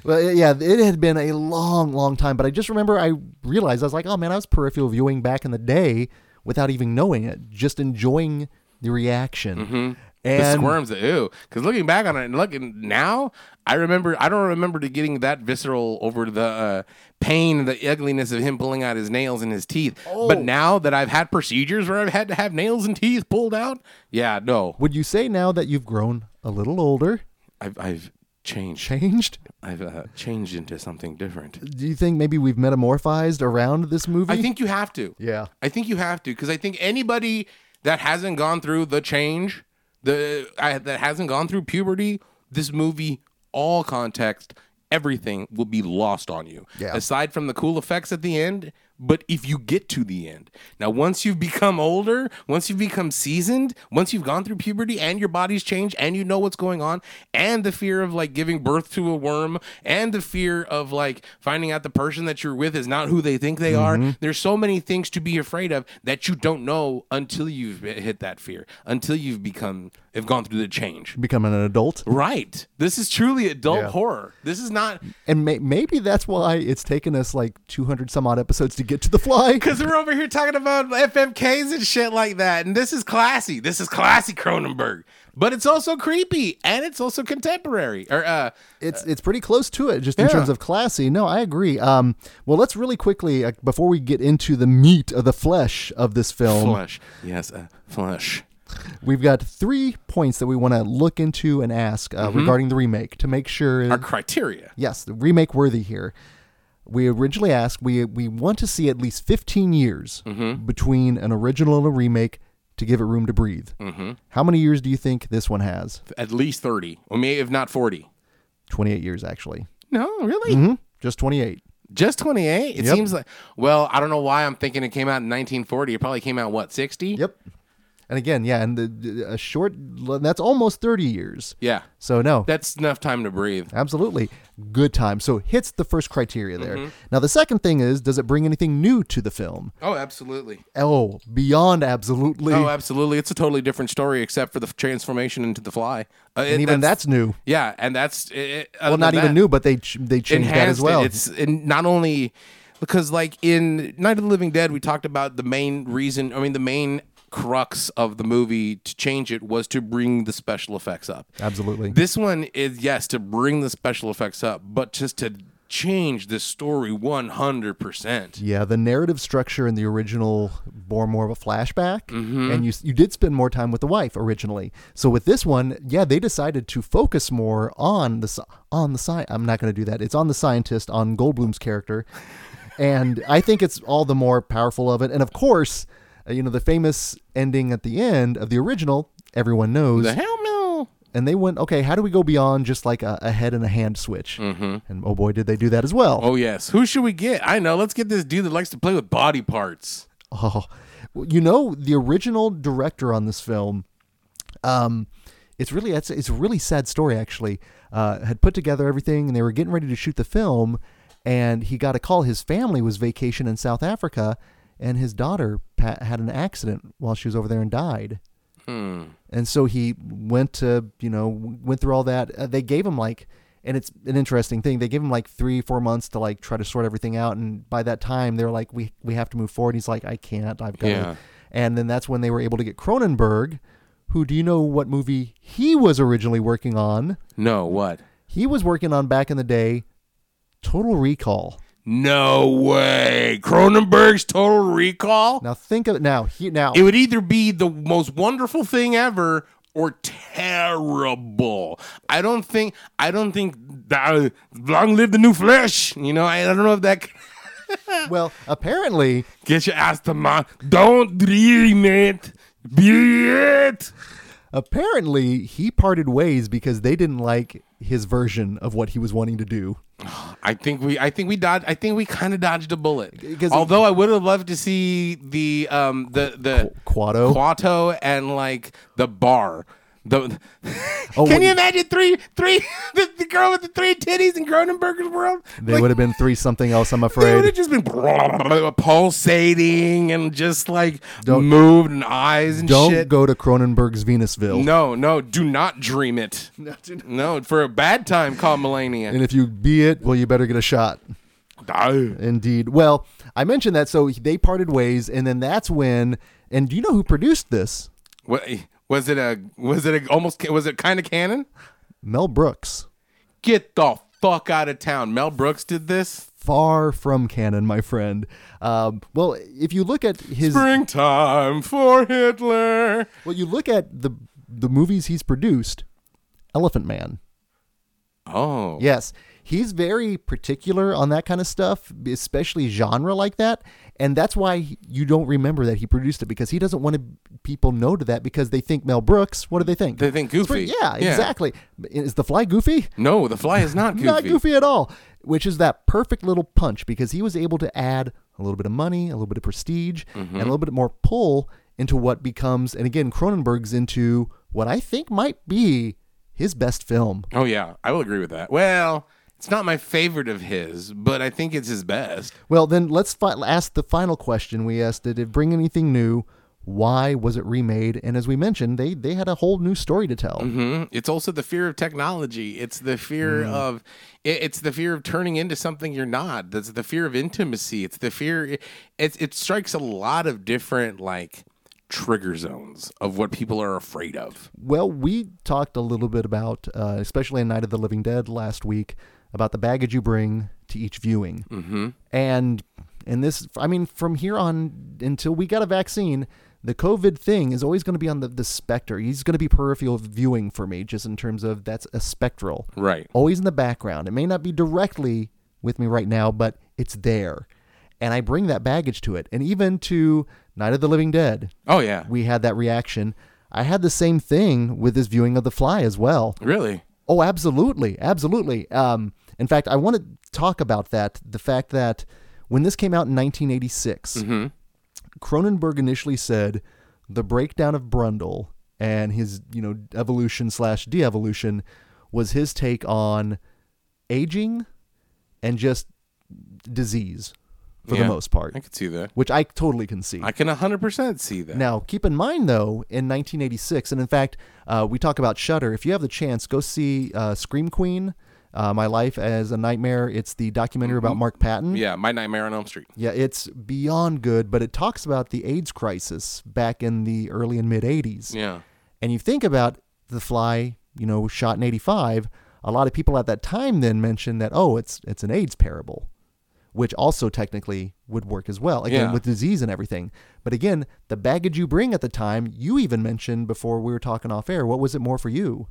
B: Well, yeah, it had been a long, long time, but I just remember I realized I was like, oh man, I was peripheral viewing back in the day without even knowing it, just enjoying the reaction. And
C: Mm-hmm. the squirms the ew. Because looking back on it and looking now, I remember I don't remember to getting that visceral over the uh, pain and the ugliness of him pulling out his nails and his teeth. But now that I've had procedures where I've had to have nails and teeth pulled out, yeah, no,
B: would you say now that you've grown a little older,
C: I've I've changed.
B: changed?
C: I've uh, changed into something different.
B: Do you think maybe we've metamorphosized around this movie?
C: I think you have to.
B: Yeah.
C: I think you have to because I think anybody that hasn't gone through the change, the I, that hasn't gone through puberty, this movie, all context, everything will be lost on you.
B: Yeah.
C: Aside from the cool effects at the end, but if you get to the end, now once you've become older, once you've become seasoned, once you've gone through puberty and your body's changed and you know what's going on, and the fear of like giving birth to a worm, and the fear of like finding out the person that you're with is not who they think they are. There's so many things to be afraid of that you don't know until you've hit that fear, until you've become, have gone through the change.
B: becoming an adult.
C: Right. This is truly adult
B: Yeah.
C: horror. This is not
B: And may- maybe that's why it's taken us like 200 some odd episodes to get to the fly.
C: Because we're over here talking about FMKs and shit like that. And this is classy. This is classy Cronenberg. But it's also creepy and it's also contemporary. Or uh
B: It's it's pretty close to it, just in terms of classy. No, I agree. Um, well, let's really quickly uh, before we get into the meat of the flesh of this film,
C: flesh. Yes, uh, flesh.
B: we've got three points that we want to look into and ask uh, regarding the remake to make sure.
C: Our criteria.
B: yes, the remake worthy here. We originally asked we we want to see at least fifteen years between an original and a remake to give it room to breathe. Mm-hmm. How many years do you think this one has?
C: At least 30. Or maybe if not 40.
B: Twenty eight years actually.
C: No, really?
B: Hmm? Just twenty eight.
C: Just 28? It seems like well, I don't know why I'm thinking it came out in 1940. It probably came out what, 60?
B: Yep. And again, yeah, and the- the, a short that's almost 30 years.
C: Yeah.
B: So no.
C: That's enough time to breathe.
B: absolutely. Good time. So it hits the first criteria there.
C: Mm-hmm.
B: Now the second thing is does it bring anything new to the film?
C: Oh, absolutely.
B: Oh, beyond absolutely.
C: Oh, absolutely. It's a totally different story except for the transformation into the fly. Uh,
B: and even that's, new.
C: Yeah, and that's it,
B: Well, not even new, but they ch- they changed that as well.
C: It. It's in not only because like in Night of the Living Dead, we talked about the main reason. I mean, the main crux of the movie to change it was to bring the special effects up.
B: Absolutely.
C: This one is yes to bring the special effects up, but just to change the story one hundred percent.
B: yeah, the narrative structure in the original bore more of a flashback, and you s- you did spend more time with the wife originally. So with this one, yeah, they decided to focus more on the sci- on the sci. I'm not going to do that. It's on the scientist, on Goldblum's character, and I think it's all the more powerful of it. And of course, uh, you know the famous ending at the end of the original. Everyone knows
C: The hell no.
B: and they went, okay, how do we go beyond just like a, a head and a hand switch? Mm-hmm. And oh boy, did they do that as well.
C: Oh yes. Who should we get? I know. Let's get this dude that likes to play with body parts.
B: Oh, well, you know the original director on this film. Um, it's really it's, it's a really sad story actually. Uh, had put together everything and they were getting ready to shoot the film, and he got a call. His family was vacation in South Africa, and his daughter pa had an accident while she was over there and died. And so he went to, you know, went through all that. Uh, they gave him like, and it's an interesting thing. They gave him like three, four months to like try to sort everything out. And by that time, they're like, we we have to move forward. He's like, I can't. I've got.
C: Yeah.
B: to And then that's when they were able to get Cronenberg, who do you know what movie he was originally working on?
C: No. What?
B: He was working on back in the day, Total Recall.
C: No way. Cronenberg's Total Recall.
B: Now think of now. He now
C: It would either be the most wonderful thing ever or terrible. I don't think. I don't think. That, uh, long live the new flesh. You know. I, I don't know if that *laughs* can
B: well apparently
C: get your ass to mine. Don't dream it. Be it.
B: apparently he parted ways because they didn't like his version of what he was wanting to do.
C: I think we. I think we dodged. I think we kind of dodged a bullet.
B: 'Cause-
C: Although I would have loved to see the um the the
B: Quato?
C: Quato and like the bar. The, *laughs*
B: Oh,
C: can
B: what-
C: you imagine three, three, *laughs* the, the girl with the three titties in Cronenberg's world?
B: They
C: Like,
B: would have been three something else, I'm
C: They would have
B: afraid.
C: just been *laughs* pulsating and just like
B: Don't-
C: moved and eyes and
B: Don't
C: shit.
B: go to Cronenberg's Venusville.
C: no, no, do not
B: *laughs*
C: dream it. No, for a bad time, call Melania.
B: And if you be it, well, you better get a shot.
C: Die.
B: Indeed. Well, I mentioned that, so they parted ways, and then that's when. And do you know who produced this?
C: What, eh, was it a was it a almost was it kind of canon?
B: Mel Brooks.
C: Get the fuck out of town. Mel Brooks did this.
B: Far from canon, my friend. Um, well, if you look at his,
C: Springtime for Hitler.
B: well, you look at the the movies he's produced. Elephant Man.
C: Oh,
B: Yes. He's very particular on that kind of stuff, especially genre like that. And that's why you don't remember that he produced it because he doesn't want to, people know to that because they think Mel Brooks. What do they think?
C: They think
B: It's pretty-
C: goofy.
B: Yeah,
C: Yeah.
B: exactly. Is the fly goofy?
C: No, the fly is not
B: *laughs*
C: goofy.
B: Not goofy at all. Which is that perfect little punch because he was able to add a little bit of money, a little bit of prestige,
C: Mm-hmm.
B: and a little bit more pull into what becomes, and again, Cronenberg's into what I think might be his best film.
C: Oh yeah, I will agree with that. Well, it's not my favorite of his, but I think it's his best.
B: Well, then let's fi- ask the final question we asked Did it bring anything new? Why was it remade? And as we mentioned, they, they had a whole new story to tell.
C: Mhm. It's also the fear of technology. It's the fear of it, it's the fear of turning into something you're not. That's the fear of intimacy. It's the fear it, it it strikes a lot of different like trigger zones of what people are afraid of.
B: Well, we talked a little bit about, uh, especially in Night of the Living Dead last week, about the baggage you bring to each viewing. Mm-hmm. And and this, I mean, from here on until we got a vaccine, the COVID thing is always going to be on the, the specter. He's going to be peripheral viewing for me, just in terms of that's a spectral.
C: Right.
B: always in the background. It may not be directly with me right now, but it's there. And I bring that baggage to it. And even to Night of the Living Dead,
C: Oh yeah.
B: we had that reaction. I had the same thing with this viewing of The Fly as well.
C: really?
B: Oh, absolutely. Absolutely. Um, in fact, I want to talk about that the fact that when this came out in 1986,
C: Mm-hmm.
B: Cronenberg initially said the breakdown of Brundle and his, you know, evolution slash de evolution was his take on aging and just disease for
C: Yeah.
B: the most part,
C: I could see that.
B: which I totally can see.
C: I can 100% see that.
B: Now, keep in mind though, in 1986, and in fact, uh, we talk about Shudder. If you have the chance, go see uh, Scream Queen, uh, My Life as a Nightmare. It's the documentary about Mark Patton.
C: Mm-hmm. yeah, My Nightmare on Elm Street.
B: Yeah, it's beyond good, but it talks about the AIDS crisis back in the early and mid 80s.
C: Yeah.
B: And you think about The Fly, you know, shot in 85, a lot of people at that time then mentioned that, oh, it's it's an AIDS parable, which also technically would work as well, again,
C: Yeah.
B: with disease and everything. But again, the baggage you bring at the time, you even mentioned before we were talking off air, what was it more for you?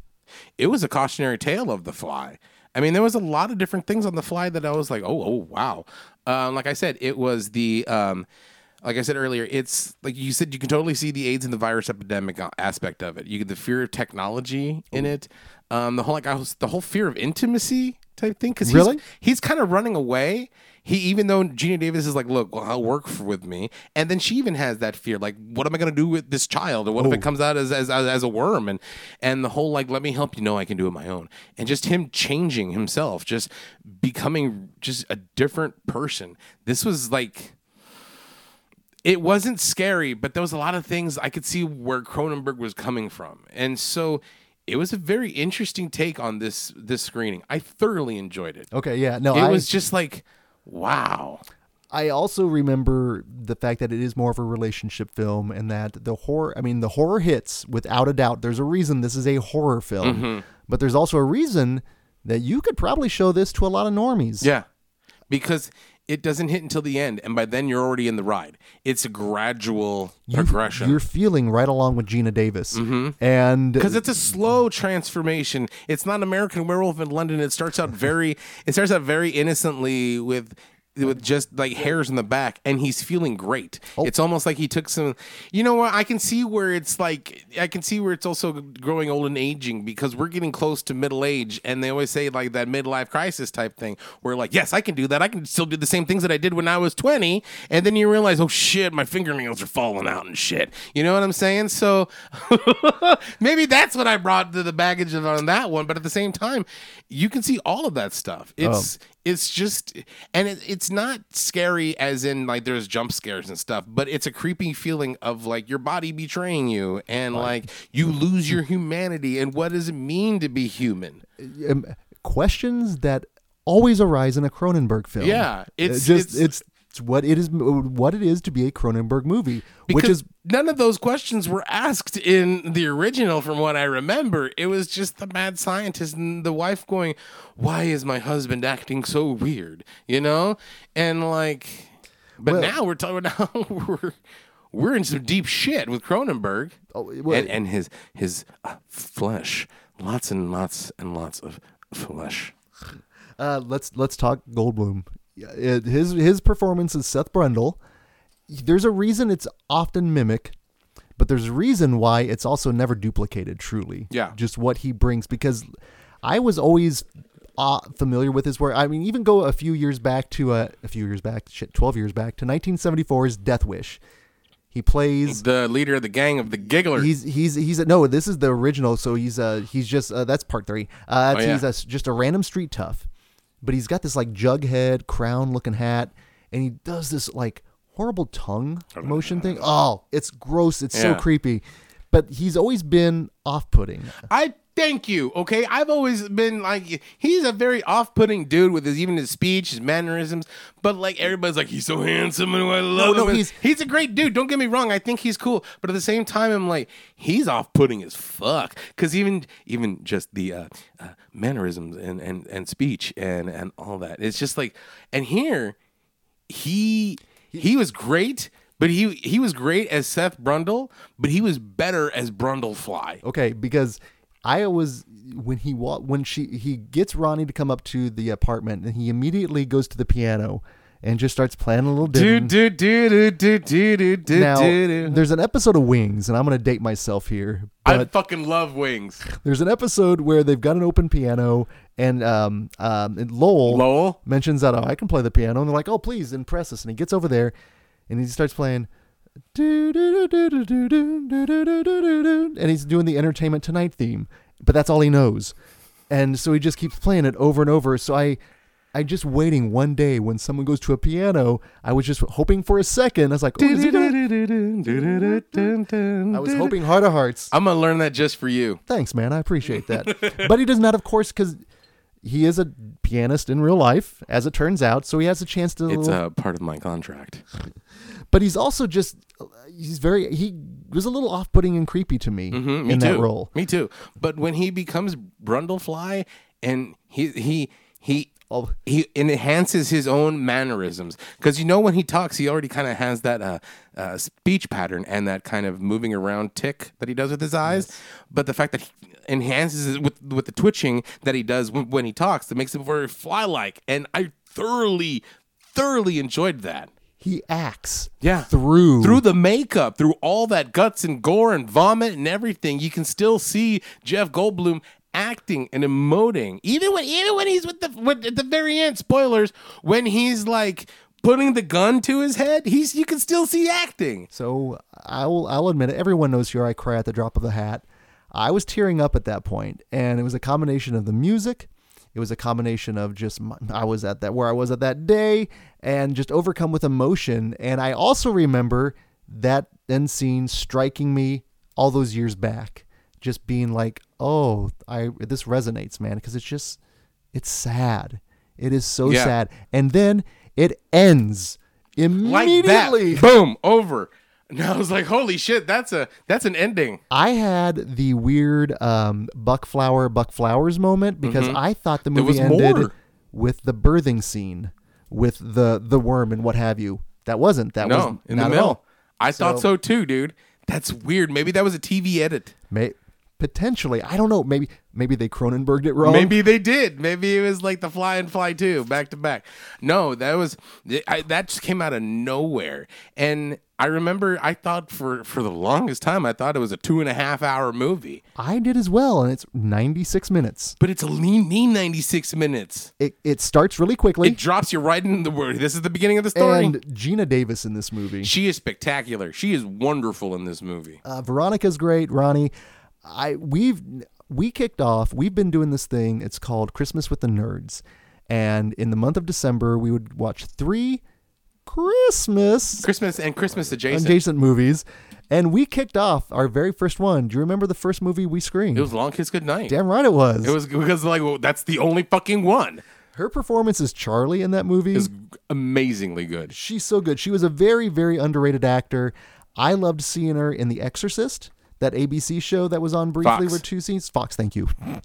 C: it was a cautionary tale of the fly. I mean, there was a lot of different things on the fly that I was like, oh, oh, wow. Um, like I said, it was the um, like I said earlier, it's like you said, you can totally see the AIDS and the virus epidemic a- aspect of it. You get the fear of technology in it, um, the whole like I was, the whole fear of intimacy type thing. Because
B: Really?
C: he's, he's kind of running away. He even though Gina Davis is like, look, well, I'll work for, with me, and then she even has that fear, like, what am I gonna do with this child, or what if it comes out as, as as as a worm, and and the whole like, let me help you, no, I can do it my own, and just him changing himself, just becoming just a different person. This was like it wasn't scary, but there was a lot of things I could see where Cronenberg was coming from, and so it was a very interesting take on this this screening. I thoroughly enjoyed it.
B: Okay, yeah, no,
C: It
B: I
C: was just like, wow.
B: I also remember the fact that it is more of a relationship film and that the horror, I mean, the horror hits without a doubt. There's a reason this is a horror film,
C: Mm-hmm.
B: but there's also a reason that you could probably show this to a lot of normies.
C: Yeah. Because it doesn't hit until the end, and by then you're already in the ride. It's a gradual progression.
B: You're feeling right along with Gina Davis.
C: Mm-hmm.
B: And
C: because it's a slow transformation. It's not American Werewolf in London. It starts out very, it starts out very innocently with with just like hairs in the back, and he's feeling great. It's almost like he took some. You know what? I can see where it's like I can see where it's also growing old and aging because we're getting close to middle age, and they always say like that midlife crisis type thing. Where like, yes, I can do that. I can still do the same things that I did when I was twenty, and then you realize, oh shit, my fingernails are falling out and shit. You know what I'm saying? So maybe that's what I brought to the baggage of on that one. But at the same time, you can see all of that stuff. It's it's just, and it, it's not scary as in like there's jump scares and stuff, but it's a creepy feeling of like your body betraying you and like you lose your humanity and what does it mean to be human?
B: um, questions that always arise in a Cronenberg film.
C: Yeah, it's-
B: It just
C: it's-
B: it's, it's what it is what it is to be a Cronenberg movie, which
C: Because
B: is
C: none of those questions were asked in the original, from what I remember. It was just the mad scientist and the wife going, "Why is my husband acting so weird?" You know, and like, but
B: Well-
C: now we're talking now *laughs* we're we're in some deep shit with Cronenberg
B: Oh, well-
C: and and his his uh, flesh, lots and lots and lots of flesh.
B: Uh, let's let's talk Goldblum. Yeah, it- his his performance is Seth Brundle. There's a reason it's often mimicked, but there's a reason why it's also never duplicated. Truly,
C: Yeah.
B: just what he brings. Because I was always uh, familiar with his work. I mean, even go a few years back to uh, a few years back, shit, twelve years back to 1974's Death Wish. He plays
C: The leader of the gang of the gigglers.
B: He's he's he's a, no. This is the original. So he's uh he's just uh, that's part three. Uh,
C: Oh, yeah.
B: he's a, just a random street tough, but he's got this like jughead crown looking hat, and he does this like horrible tongue motion thing. Oh, it's gross. It's
C: Yeah.
B: so creepy. But he's always been off-putting.
C: I thank you. Okay, I've always been like he's a very off-putting dude with his even his speech, his mannerisms. But like everybody's like he's so handsome and I love
B: no,
C: him. and
B: he's-
C: he's a great dude. Don't get me wrong. I think he's cool. But at the same time, I'm like he's off-putting as fuck. Because even even just the uh, uh, mannerisms and and and speech and and all that. It's just like and here he he was great. But he he was great as Seth Brundle, but he was better as Brundlefly.
B: Okay, because I was when he wa- when she he gets Ronnie to come up to the apartment, and he immediately goes to the piano and just starts playing a little.
C: do
B: ditty.
C: do do do do do do do
B: now
C: do do.
B: there's an episode of Wings, and I'm gonna date myself here,
C: I
B: but
C: fucking love wings.
B: there's an episode where they've got an open piano, and um um and Lowell
C: Lowell?
B: mentions that oh I can play the piano, and they're like oh please impress us, and he gets over there, and he starts playing. "Do, do, do, do, do, do, do, do, do, do, do, do," And he's doing the Entertainment Tonight theme, but that's all he knows, and so he just keeps playing it over and over. So I, I just waiting one day when someone goes to a piano. I was just hoping for a second. I was like, oh, is he gonna I was hoping Heart of Hearts.
C: I'm gonna learn that just for you.
B: Thanks, man. I appreciate that.
C: *laughs*
B: but he does not, of course, because he is a pianist in real life, as it turns out. So he has a chance to.
C: It's a uh, part of my contract.
B: but he's also just he's very he was a little off-putting and creepy to me
C: Mm,
B: in
C: too.
B: that role.
C: Me too. But when he becomes Brundlefly and he he he
B: Oh.
C: he enhances his own mannerisms because you know when he talks, he already kind of has that uh, uh, speech pattern and that kind of moving around tick that he does with his eyes. But the fact that he enhances it with with the twitching that he does w- when he talks that makes him very fly like, and I thoroughly thoroughly enjoyed that.
B: He acts
C: Yeah.
B: through
C: Through the makeup, through all that guts and gore and vomit and everything, you can still see Jeff Goldblum acting and emoting. Even when even when he's with the with, at the very end, spoilers, when he's like putting the gun to his head, he's you can still see acting.
B: So I'll I'll admit it. Everyone knows here I cry at the drop of the hat. I was tearing up at that point, and it was a combination of the music. It was a combination of just my, I was at that where I was at that day, and just overcome with emotion. And I also remember that end scene striking me all those years back, just being like, "Oh, I this resonates, man," because it's just it's sad. It is so
C: Yeah.
B: sad, and then it ends
C: Like that.
B: immediately.
C: Boom, over. And I was like, holy shit, that's a that's an ending.
B: I had the weird um, Buckflower Buck Flowers moment because I thought the movie
C: Mm-hmm. was
B: ended
C: more.
B: with the birthing scene with the the worm and what have you. That wasn't that was
C: No, in the
B: not at
C: middle.
B: all.
C: I thought so too, dude. That's weird. Maybe that was a TV edit.
B: May, potentially, I don't know. Maybe maybe they Cronenberged it wrong.
C: Maybe they did. Maybe it was like the fly and fly two back to back. No, that was I, that just came out of nowhere. And I remember I thought for for the longest time I thought it was a two and a half hour movie,
B: I did as well, and it's ninety six minutes.
C: but it's a lean mean ninety six minutes.
B: It it starts really quickly,
C: It drops you right in the word. This is the beginning of the story.
B: and Gina Davis in this movie.
C: she is spectacular. She is wonderful in this movie.
B: Uh, Veronica's great. Ronnie, I we've we kicked off. We've been doing this thing. It's called Christmas with the Nerds, and in the month of December, we would watch three Christmas
C: Christmas and Christmas adjacent.
B: adjacent movies, and we kicked off our very first one. Do you remember the first movie we screened?
C: it was Long Kiss Goodnight.
B: Damn right it was.
C: It was because like well, that's the only fucking one.
B: Her performance as Charlie in that movie
C: It's amazingly good.
B: she's so good. She was a very, very underrated actor. I loved seeing her in The Exorcist, that ABC show that was on briefly
C: Fox.
B: were two scenes. Fox, thank you. *laughs*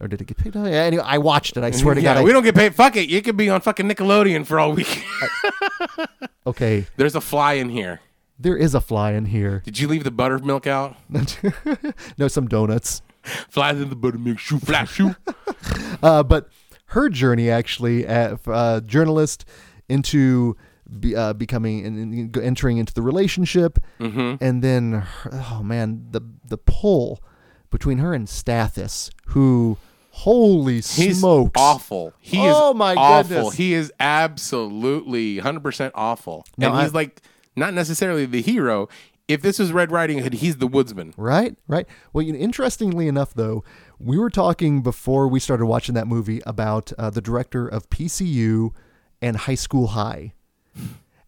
B: or did it get picked up? Yeah, anyway, I watched it. I swear to
C: *laughs* yeah,
B: God. I-
C: we don't get paid. Fuck it. You could be on fucking Nickelodeon for all week.
B: okay,
C: *laughs* There's a fly in here.
B: there is a fly in here. *laughs*
C: Did you leave the buttermilk out?
B: no, some donuts.
C: Flies in the buttermilk. Shoot, fly, *laughs* shoot.
B: Uh, but her journey, actually, a uh, journalist into be, uh, becoming and entering into the relationship, and then her- oh man, the the pull between her and Stathis, who holy
C: He's
B: smokes,
C: awful. He
B: Oh,
C: is
B: my
C: awful.
B: goodness.
C: He is absolutely 100% awful.
B: No,
C: and he's
B: I-
C: like not necessarily the hero. If this was Red Riding Hood, he's the woodsman.
B: Right, right. Well, you know, interestingly enough, though, we were talking before we started watching that movie about uh, the director of PCU and High School High.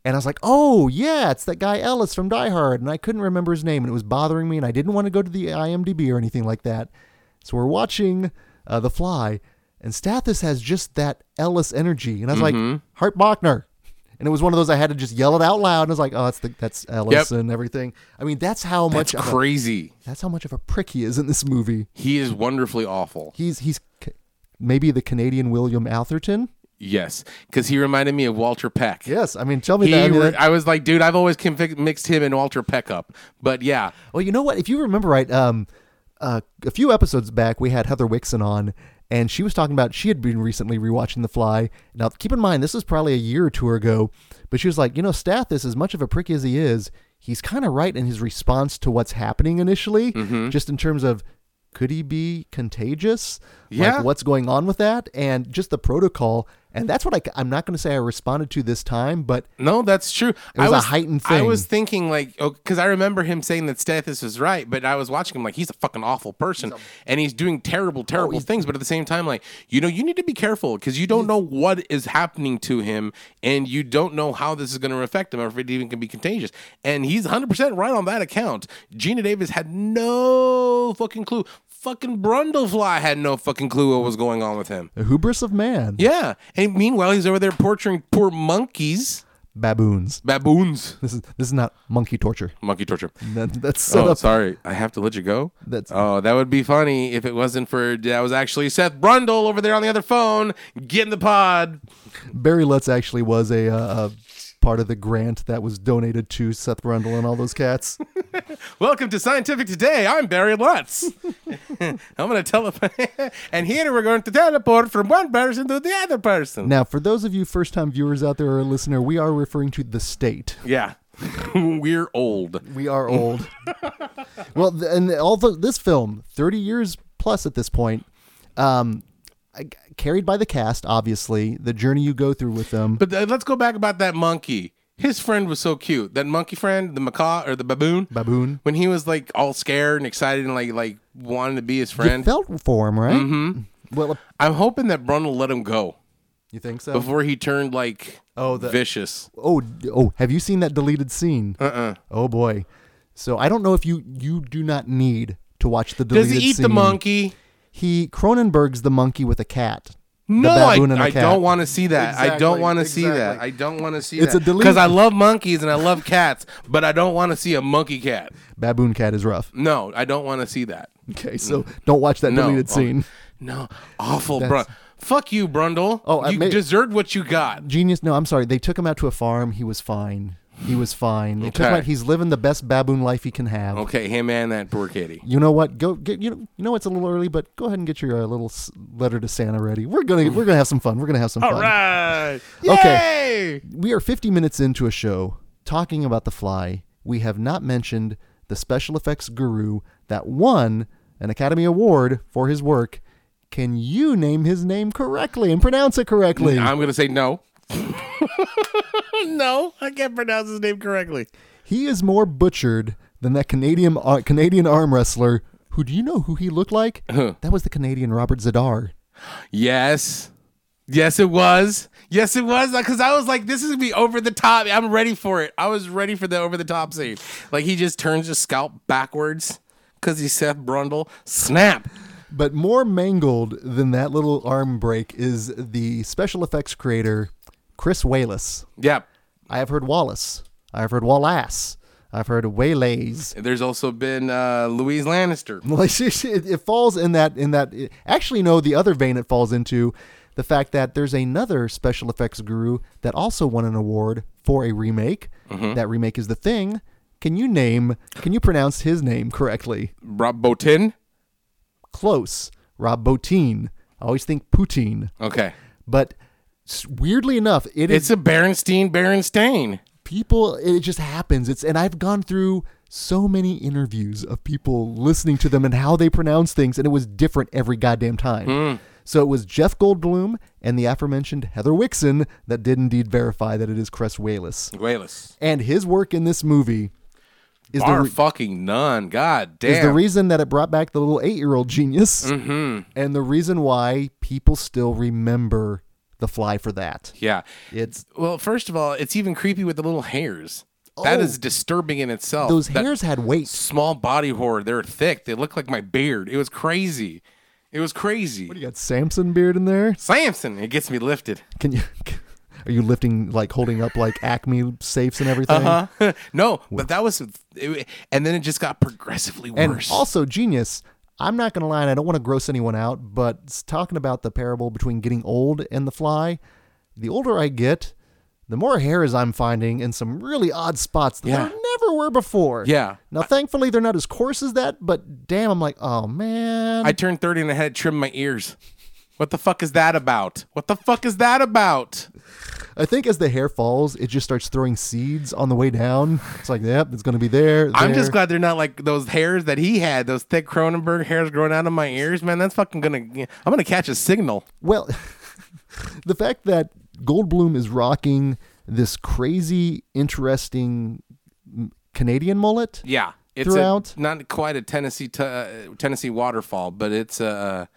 B: And I was like, oh, yeah, it's that guy Ellis from Die Hard. And I couldn't remember his name, and it was bothering me, and I didn't want to go to the IMDb or anything like that. So we're watching uh, The Fly, and Stathis has just that Ellis energy. And I was like, Hart Bachner. And it was one of those I had to just yell it out loud. And I was like, oh, that's, the, that's Ellis and everything. I mean, that's how much
C: That's
B: of a-
C: crazy.
B: that's how much of a prick he is in this movie.
C: He is wonderfully awful.
B: He's he's c- maybe the Canadian William Atherton.
C: Yes. Because he reminded me of Walter Peck.
B: Yes, I mean, tell me
C: He,
B: that. I mean,
C: re-
B: that-
C: I was like, dude, I've always convic- mixed him and Walter Peck up. But yeah,
B: well, you know what? If you remember right, um, uh, a few episodes back, we had Heather Wixon on, and she was talking about she had been recently rewatching The Fly. Now, keep in mind, this was probably a year or two ago, but she was like, you know, Stathis, as much of a prick as he is, he's kind of right in his response to what's happening initially,
C: Mm-hmm.
B: just in terms of. Could he be contagious?
C: Yeah.
B: Like, what's going on with that? And just the protocol. And that's what I, I'm not going to say I responded to this time, but
C: No, that's true.
B: It was a heightened
C: I
B: thing.
C: was thinking like, because I remember him saying that Stathis was right, but I was watching him like he's a fucking awful person, and he's doing
B: Oh,
C: terrible, terrible things. But at the same time, like you know, you need to be careful because you don't know what is happening to him, and you don't know how this is going to affect him or if it even can be contagious. And he's 100 percent right on that account. Gina Davis had no fucking clue. Fucking Brundlefly had no fucking clue what was going on with him.
B: the hubris of man.
C: Yeah, and meanwhile he's over there torturing poor monkeys,
B: Baboons.
C: baboons.
B: This is this is not monkey torture.
C: Monkey torture.
B: That, that's set
C: Oh,
B: up.
C: sorry. I have to let you go.
B: That's-
C: oh, that would be funny if it wasn't for that was actually Seth Brundle over there on the other phone. Get in the pod.
B: Barry Lutz
C: *laughs*
B: actually was a, uh, a part of the grant that was donated to Seth Brundle and all those cats.
C: Welcome to Scientific Today. I'm Barry Lutz. *laughs* I'm going to teleport. *laughs* and here we're going to teleport from one person to the other person.
B: Now, for those of you first time viewers out there or listener, we are referring to the state.
C: Yeah. *laughs* we're old.
B: We are
C: *laughs*
B: old. well, th- and although this film, 30 years plus at this point, um, I- carried by the cast, obviously, the journey you go through with them.
C: But uh, let's go back about that monkey. His friend was so cute. That monkey friend, the macaw or the baboon.
B: Baboon.
C: When he was like all scared and excited and like like wanting to be his
B: You
C: friend.
B: felt for him, right? Mm-hmm. Well,
C: I'm hoping that Brun will let him go
B: you think so?
C: before he turned like
B: Oh, the-
C: vicious.
B: Oh, d- oh, have you seen that deleted scene? Uh-uh. Oh boy. So I don't know if you you do not need to watch the
C: Does
B: deleted
C: he eat the
B: scene.
C: monkey?
B: He Cronenberg's the monkey with a cat. The
C: No, I,
B: baboon and the
C: I
B: cat.
C: don't want to see that. I don't
B: Exactly,
C: want to see that.
B: exactly.
C: I don't want to see
B: It's
C: that.
B: a delete.
C: Because I love monkeys and I love cats, but I don't want to see a monkey cat.
B: Baboon cat is rough. *laughs*
C: No, I don't want to see that.
B: Okay, so don't watch that
C: Mm. No.
B: deleted
C: Oh,
B: scene.
C: No. Awful, bro.
B: That's-
C: Fuck you, Brundle.
B: Oh, I
C: you
B: may-
C: deserved what you got.
B: Genius. No, I'm sorry. They took him out to a farm. He was fine. He was fine. They took him
C: Okay.
B: out. He's living the best baboon life he can have.
C: Okay, him and that poor kitty.
B: You know what? Go get you know, you know it's a little early, but go ahead and get your uh, little s- letter to Santa ready. We're gonna we're gonna have some fun. We're gonna have some
D: All
B: fun.
D: right.
B: Okay. We are 50 minutes into a show talking about The Fly. We have not mentioned the special effects guru that won an Academy Award for his work. Can you name his name correctly and pronounce it correctly?
C: I'm going to say no. *laughs* no, I can't pronounce his name correctly.
B: He is more butchered than that Canadian uh, Canadian arm wrestler. Who do you know who he looked like? That was the Canadian Robert Zadar.
C: Yes. Yes, it was. Yes, it was. Because I was like, this is going to be over the top. I'm ready for it. I was ready for the over the top scene. Like, he just turns his scalp backwards because he's Seth Brundle. Snap.
B: But more mangled than that little arm break is the special effects creator Chris Wallace.
C: Yeah.
B: I have heard Wallace. I have heard Wallace. I've heard Waylays. *laughs*
C: There's also been uh, Louise Lannister.
B: Like she- she- it, it falls in that in that. actually, no. The other vein it falls into, the fact that there's another special effects guru that also won an award for a remake. That remake is the thing. Can you name? Can you pronounce his name correctly?
C: Rob Botin.
B: Close. Rob Bottin. I always think Poutine,
C: Okay.
B: but s- weirdly enough, it is
C: It's a Berenstein Berenstain.
B: people it just happens it's and i've gone through so many interviews of people listening to them and how they pronounce things and it was different every goddamn time
C: Hmm.
B: so it was jeff goldblum and the aforementioned heather wixon that did indeed verify that it is cress wayless
C: Wayless.
B: and his work in this movie is the,
C: Bar
B: re-
C: fucking none. God damn. Mm-hmm.
B: is the reason that it brought back the little eight-year-old genius and the reason why people still remember the fly for that
C: yeah.
B: it's
C: Well, first of all, it's even creepy with the little hairs. That
B: Oh.
C: is disturbing in itself.
B: those
C: Oh, That
B: hairs had weight
C: Small body horror. They're thick. They look like my beard. It was crazy. It was crazy.
B: you got samson beard in there
C: Samson, it gets me lifted.
B: Can you? *laughs* Are you lifting like holding up like Acme safes and everything?
C: Huh? *laughs* no, but that was, it, and then it just got progressively
B: And
C: worse.
B: also genius. I'm not gonna lie, and I don't want to gross anyone out, but s- talking about the parable between getting old and the fly, the older I get, the more hairs I'm finding in some really odd spots that
C: Yeah.
B: there never were before.
C: Yeah.
B: Now, thankfully, they're not as coarse as that, but damn, I'm like, oh man.
C: I turned 30 and I had to trim my ears. What the fuck is that about? What the fuck is that about?
B: I think as the hair falls, it just starts throwing seeds on the way down. It's like, yep, it's gonna be there.
C: I'm just
B: there.
C: glad they're not like those hairs that he had, those thick Cronenberg hairs growing out of my ears, man. That's fucking gonna, I'm gonna catch a signal.
B: Well, *laughs* the fact that Goldblum is rocking this crazy, interesting m- Canadian mullet.
C: Yeah, it's
B: Throughout?
C: A, not quite a Tennessee t- uh, Tennessee waterfall, but it's a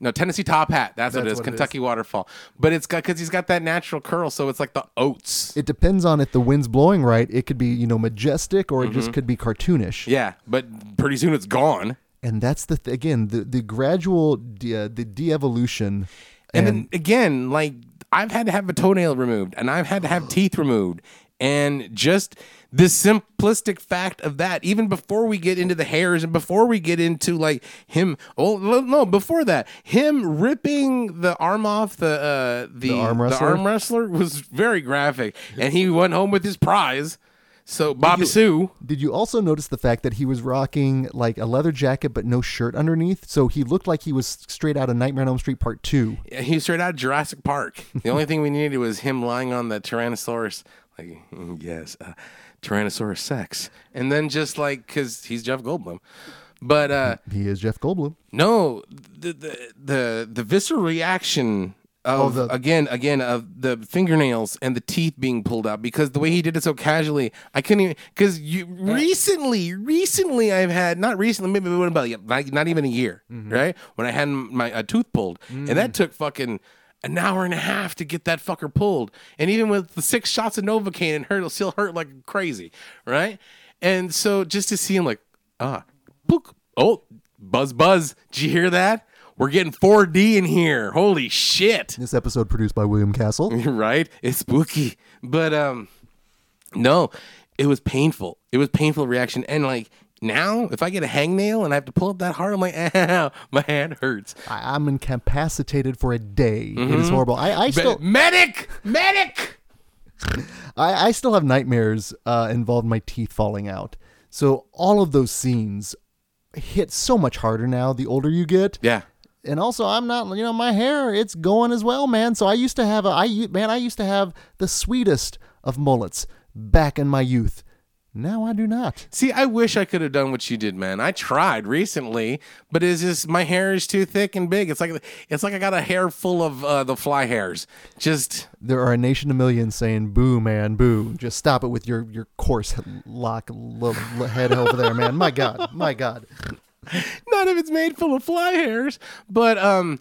C: no Tennessee top hat. That's, what it is.
B: what it is.
C: Kentucky waterfall, but it's got because he's got that natural curl, so it's like the oats.
B: It depends on if the wind's blowing right. It could be, you know, majestic or it just could be cartoonish.
C: Mm-hmm. yeah, but pretty soon it's gone.
B: And that's the th- again the the gradual de- uh, the de-evolution.
C: And, then again, like I've had to have a toenail removed, and I've had to have teeth removed, and just the simplistic fact of that. Even before we get into the hairs, and before we get into like him, oh no, no, before that, him ripping the arm off the uh, the,
B: arm wrestler?
C: arm wrestler was very graphic, and he went home with his prize. So Bobby
B: you-
C: Sue.
B: Did you also notice the fact that he was rocking like a leather jacket but no shirt underneath? So he looked like he was straight out of Nightmare on Elm Street Part 2.
C: He was straight out of Jurassic Park. The only thing we needed was him lying on the Tyrannosaurus, like mm, yes, uh, Tyrannosaurus sex, and then just like because he's Jeff Goldblum. But uh,
B: He is Jeff Goldblum.
C: no, the the the, the visceral reaction of
B: the-
C: again again of the fingernails and the teeth being pulled out because the way he did it so casually, I couldn't even because you recently recently I've had not recently maybe it would about like not even a year right when I had my a tooth pulled and that took fucking. An hour and a half to get that fucker pulled, and even with the six shots of Novocaine, it hurt. It'll still hurt like crazy, right? And so just to see him like, ah, book. Oh, buzz, buzz. Did you hear that? We're getting 4D in here. Holy shit. *laughs*
B: This episode produced by William Castle.
C: right? It's spooky. But um no, it was painful. It was painful reaction. And like now, if I get a hangnail and I have to pull up that hard, I'm like, *laughs* ow, my hand hurts.
B: I- I'm incapacitated for a day. It is horrible. I, I
C: Mm-hmm. But-
B: still
C: medic! Medic!
B: I, I still have nightmares uh, involving my teeth falling out. So all of those scenes hit so much harder now the older you get.
C: Yeah.
B: and also I'm not you know my hair it's going as well man so I used to have a I u- man I used to have the sweetest of mullets back in my youth now I do not
C: See, I wish I could have done what you did, man. I tried recently, but it's just my hair is too thick and big. It's like it's like I got a hair full of uh, the fly hairs. Just
B: there are a nation of millions saying boo man boo just stop it with your your coarse lock lo, lo- head over there man my god my god
C: None of it's made full of fly hairs. But um,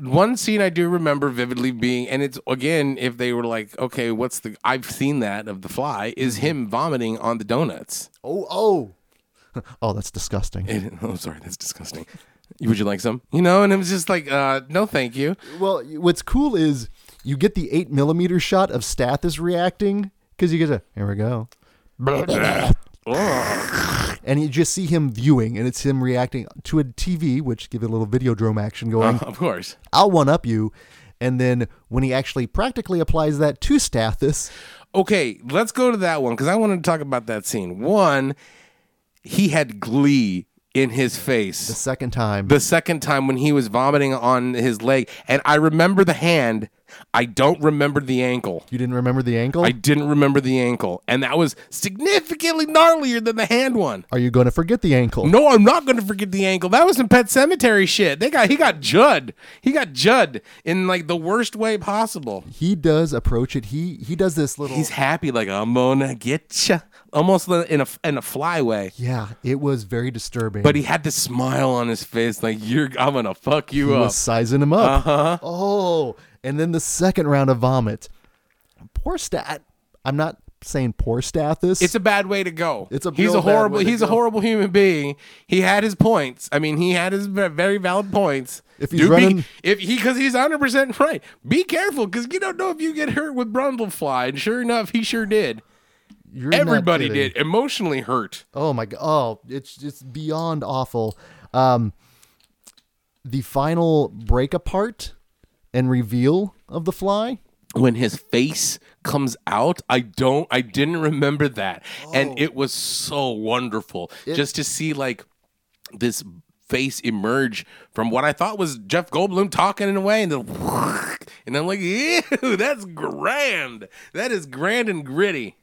C: one scene I do remember vividly being, and it's again, if they were like, okay, what's the? I've seen that of the fly is him vomiting on the donuts.
B: oh oh *laughs* oh that's disgusting
C: And, *laughs* oh, sorry, that's disgusting. Would you like some? You know, and it was just like, uh, no, thank you.
B: well what's cool is you get the eight millimeter shot of Stathis reacting because you get a here we
C: *laughs*
B: go and you just see him viewing, and it's him reacting to a TV, which give it a little videodrome action going.
C: *laughs* of course.
B: I'll one up you, and then when he actually practically applies that to Stathis,
C: Okay, let's go to that one because I wanted to talk about that scene. One, he had glee in his face.
B: the second time,
C: the second time when he was vomiting on his leg. And I remember the hand. I don't remember the ankle.
B: you didn't remember the ankle.
C: I didn't remember the ankle. And that was significantly gnarlier than the hand one.
B: Are you going to forget the ankle?
C: No, I'm not going to forget the ankle. That was some Pet Cemetery shit. They got he got Judd. He got Judd in like the worst way possible.
B: He does approach it. He he does this little.
C: He's happy like I'm gonna get ya, almost li- in a in a fly way.
B: yeah, it was very disturbing.
C: But he had this smile on his face like you're I'm gonna fuck you
B: was
C: up.
B: sizing him up. Uh-huh. Oh, and then the second round of vomit. Poor Stat. I'm not saying poor Stathis.
C: It's a bad way to go.
B: It's a
C: he's
B: real
C: a
B: bad
C: horrible
B: way to
C: he's a
B: go.
C: horrible human being. He had his points. I mean, he had his ve- very valid points.
B: If he's
C: Do be-
B: running-
C: if he because he's hundred percent right. Be careful because you don't know if you get hurt with Brundlefly, and sure enough, he sure did.
B: You're not
C: Everybody
B: kidding.
C: did. Emotionally hurt.
B: Oh my god! Oh, it's just beyond awful. Um, the final break apart and reveal of the fly.
C: when his face comes out i don't i didn't remember that and it was so wonderful just to see like this face emerge from what i thought was jeff goldblum talking in a way and then *laughs* and i'm like ew that's grand that is grand and gritty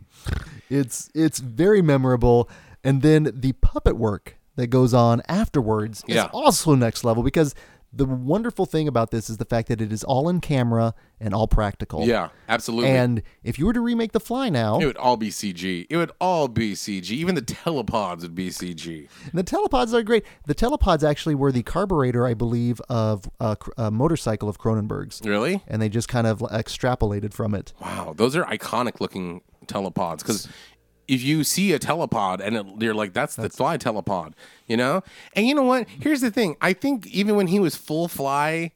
B: It's it's very memorable, and then the puppet work that goes on afterwards is
C: Yeah.
B: also next level because the wonderful thing about this is the fact that it is all in camera and all practical.
C: yeah absolutely
B: And if you were to remake the fly now,
C: it would all be cg it would all be cg even the telepods would be cg
B: The telepods are great. The telepods actually were the carburetor, I believe, of a, cr- a motorcycle of Cronenberg's.
C: really
B: And they just kind of extrapolated from it.
C: Wow, those are iconic looking telepods because if you see a telepod and it, you're like, that's, the fly telepod, you know? And you know what? Here's the thing I think even when he was full fly,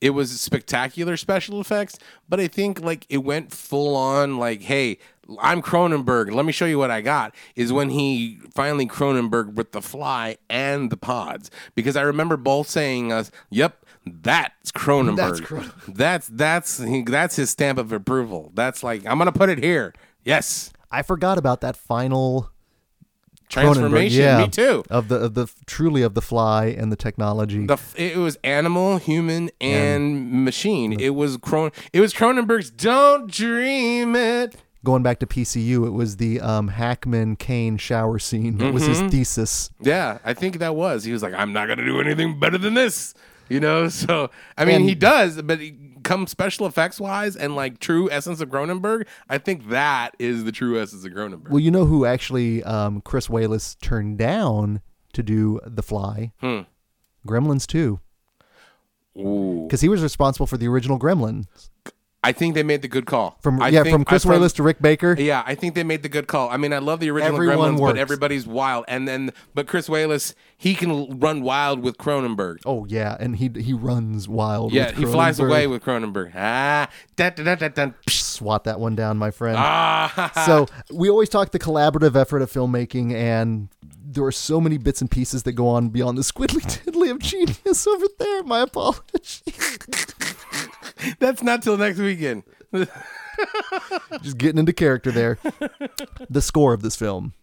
C: it was spectacular special effects, but I think like it went full on, like, hey, I'm Cronenberg. Let me show you what I got. Is when he finally Cronenberg with the fly and the pods. Because I remember both saying us, yep, that's Cronenberg. That's that's that's that's his stamp of approval. That's like I'm gonna put it here. Yes,
B: I forgot about that final Cronenberg,
C: Transformation.
B: yeah,
C: Me too.
B: Of the of the truly of the fly and the technology.
C: The f- it was animal, human, and machine. It was Cron. It was Cronenberg's "Don't Dream It."
B: Going back to PCU, it was the um, Hackman Kane shower scene. That was his
C: Mm-hmm.
B: thesis.
C: Yeah, I think that was. He was like, "I'm not gonna do anything better than this," you know. *laughs* So I mean,
B: And-
C: he does, but he, come special effects wise and like true essence of Cronenberg, I think that is the true essence of Cronenberg.
B: Well, you know who actually um, Chris Wayless turned down to do The Fly?
C: Hmm.
B: Gremlins 2.
C: Ooh.
B: Because he was responsible for the original Gremlin.
C: I think they made the good call.
B: From
C: I
B: yeah,
C: think-
B: from Chris
C: I-
B: Wayless to Rick Baker.
C: Yeah, I think they made the good call. I mean, I love the original
B: Everyone
C: Gremlins,
B: works.
C: but everybody's wild. And then, but Chris Wayless, he can l- run wild with Cronenberg.
B: Oh yeah, and he he runs wild.
C: yeah,
B: with
C: he flies
B: Cronenberg.
C: away with Cronenberg. Ah, da, da, da, da, da.
B: Swat that one down, my friend.
C: ah.
B: so we always talk the collaborative effort of filmmaking, and there are so many bits and pieces that go on beyond the squiddly *laughs* tiddly of genius over there. My apologies.
C: *laughs*
B: *laughs*
C: That's not till next weekend.
B: Just getting into character
C: *laughs*
B: there. the score of this film.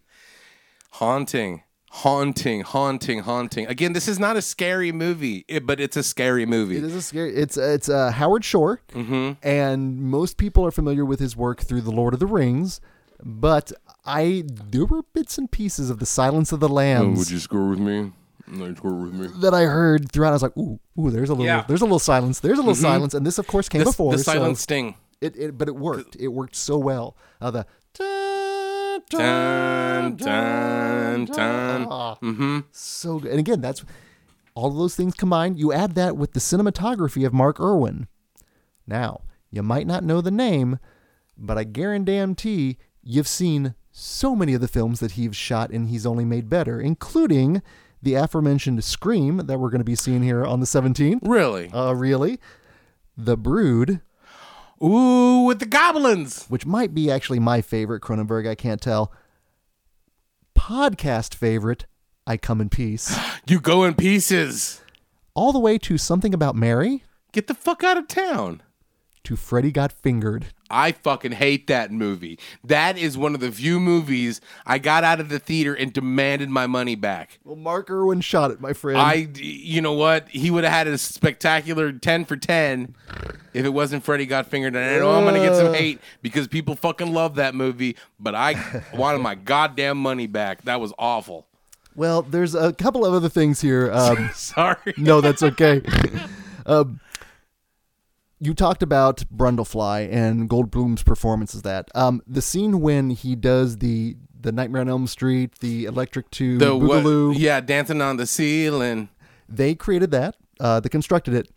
C: haunting haunting haunting haunting again this is not a scary movie it- but it's a scary movie
B: It is a scary. It's it's uh, Howard Shore,
C: Mm-hmm.
B: and most people are familiar with his work through the Lord of the Rings, but I there were bits and pieces of the Silence of the Lambs
C: you score with me you score with me
B: that I heard throughout. I was like, ooh, ooh, there's a little,
C: Yeah. Mm-hmm.
B: there's a little silence, there's a little silence, and this of course came
C: the,
B: before.
C: the
B: so
C: silent sting
B: it, it, but it worked. It worked so well. Uh, the dun,
C: dun, dun, dun.
B: Ah, so good. And again, that's all of those things combined. You add that with the cinematography of Mark Irwin. Now, you might not know the name, but I guarantee you've seen so many of the films that he's shot and he's only made better, including the aforementioned Scream that we're going to be seeing here on the 17th.
C: really
B: Uh, really? The Brood,
C: ooh with the goblins
B: which might be actually my favorite Cronenberg, I can't tell. Podcast favorite, I Come in Peace.
C: you go in pieces
B: all the way to something about Mary
C: get the fuck out of town
B: to Freddy got fingered.
C: I fucking hate that movie. That is one of the few movies I got out of the theater and demanded my money back.
B: Well, Mark Irwin shot it, my friend.
C: I, you know what? He would have had a spectacular 10 for 10 if it wasn't Freddy Got Fingered. And I know I'm going to get some hate because people fucking love that movie, but I *laughs* wanted my goddamn money back. That was awful. *laughs*
B: well, there's a couple of other things here. *laughs* Um,
C: Sorry.
B: no, that's *laughs* okay. um, you talked about Brundlefly and Goldblum's performance as that. Um, the scene when he does the the Nightmare on Elm Street, the Electric Two,
C: The what-
B: Boogaloo.
C: yeah, dancing on the ceiling.
B: they created that uh, they constructed it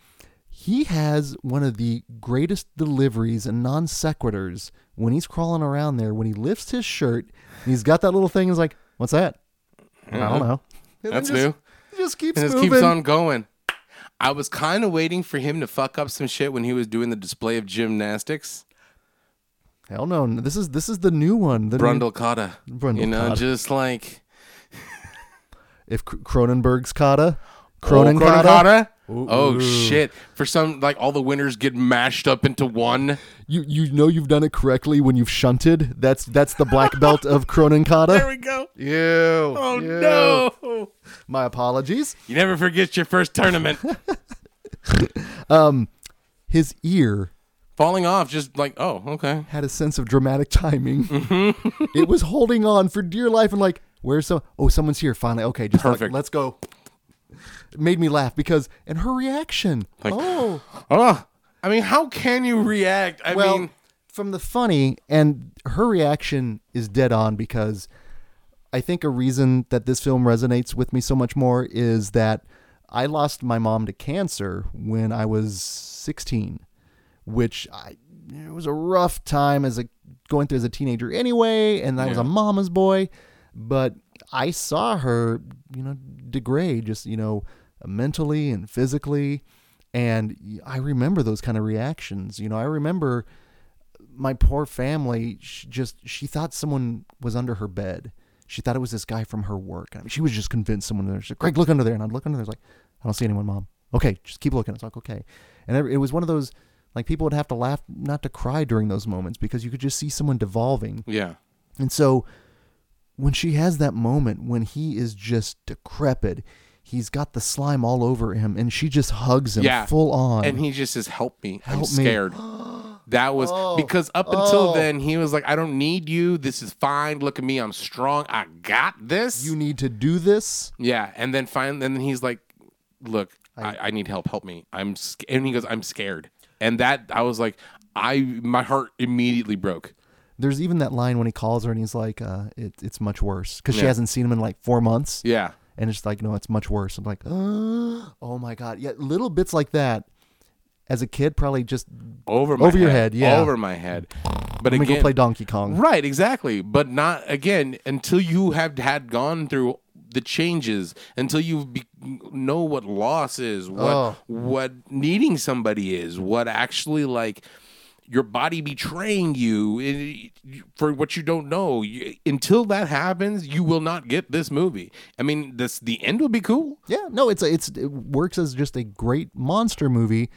B: he has one of the greatest deliveries and non sequiturs when he's crawling around there when he lifts his shirt and he's got that little thing is like what's that i don't know And
C: Uh-huh. That's
B: it just,
C: new.
B: it just keeps
C: It just
B: moving
C: keeps on going. I was kind of waiting for him to fuck up some shit when he was doing the display of gymnastics.
B: hell no no, this is this is the new one the new-
C: Mm. Brundle Cotta. You know,
B: Brundle-Cotta.
C: just like.
B: if Cr- cronenberg's kata
C: Oh, Cronin
B: cronen kata
C: Oh shit! For some, like all the winners get mashed up into one.
B: you you know you've done it correctly when you've shunted that's that's the black belt
C: *laughs*
B: of cronen kata
C: we go.
B: you
C: Oh no!
B: my apologies
C: You never forget your first *laughs* tournament.
B: his ear
C: Falling off, just like oh okay.
B: had a sense of dramatic *laughs* timing.
C: Mm-hmm.
B: it was holding on for dear life and like, where's some? Oh, someone's here finally. Okay, just like,
C: Perfect.
B: let's go. It made me laugh because and her reaction.
C: Like-
B: oh,
C: Oh, I mean, how can you react? I
B: well,
C: mean,
B: from the funny and her reaction is dead on because I think a reason that this film resonates with me so much more is that I lost my mom to cancer when I was 16, which I it was a rough time as a going through as a teenager anyway, and I was a mama's boy, but I saw her, you know, degrade just, you know, mentally and physically. And I remember those kind of reactions. You know, I remember my poor family sh just she thought someone was under her bed. She thought it was this guy from her work. I mean, she was just convinced someone was there. She said, Greg, look under there. And I'd look under there. It's like, I don't see anyone, mom. Okay, just keep looking. It's like, okay. And every- it was one of those, like, people would have to laugh, not to cry during those moments because you could just see someone devolving.
C: yeah.
B: And so when she has that moment when he is just decrepit, he's got the slime all over him and she just hugs him
C: Yeah.
B: full on.
C: And he just says, "Help me! I'm
B: Help me." *gasps*
C: scared." That was because up until then he was like, "I don't need you. This is fine. Look at me. I'm strong. I got this."
B: you need to do this.
C: yeah, and then finally, and then he's like, "Look, I, I, need help. Help me. I'm sc-. and he goes, "I'm scared." And that I was like, I my heart immediately broke.
B: There's even that line when he calls her and he's like, uh, it, it's much worse because she
C: Yeah.
B: hasn't seen him in like four months.
C: Yeah,
B: And it's like, no, it's much worse. I'm like, oh, oh my God. Yeah, little bits like that as a kid probably just,
C: over my
B: Over your head, yeah.
C: over my head. But
B: let me
C: again,
B: go play Donkey Kong.
C: Right, exactly. But not again until you have had gone through the changes, until you be, know what loss is, what
B: Oh.
C: what needing somebody is, what actually like your body betraying you eh, for what you don't know. You- Until that happens, you will not get this movie. I mean, this the end will be cool.
B: Yeah, no, it's a, it's it works as just a great monster movie,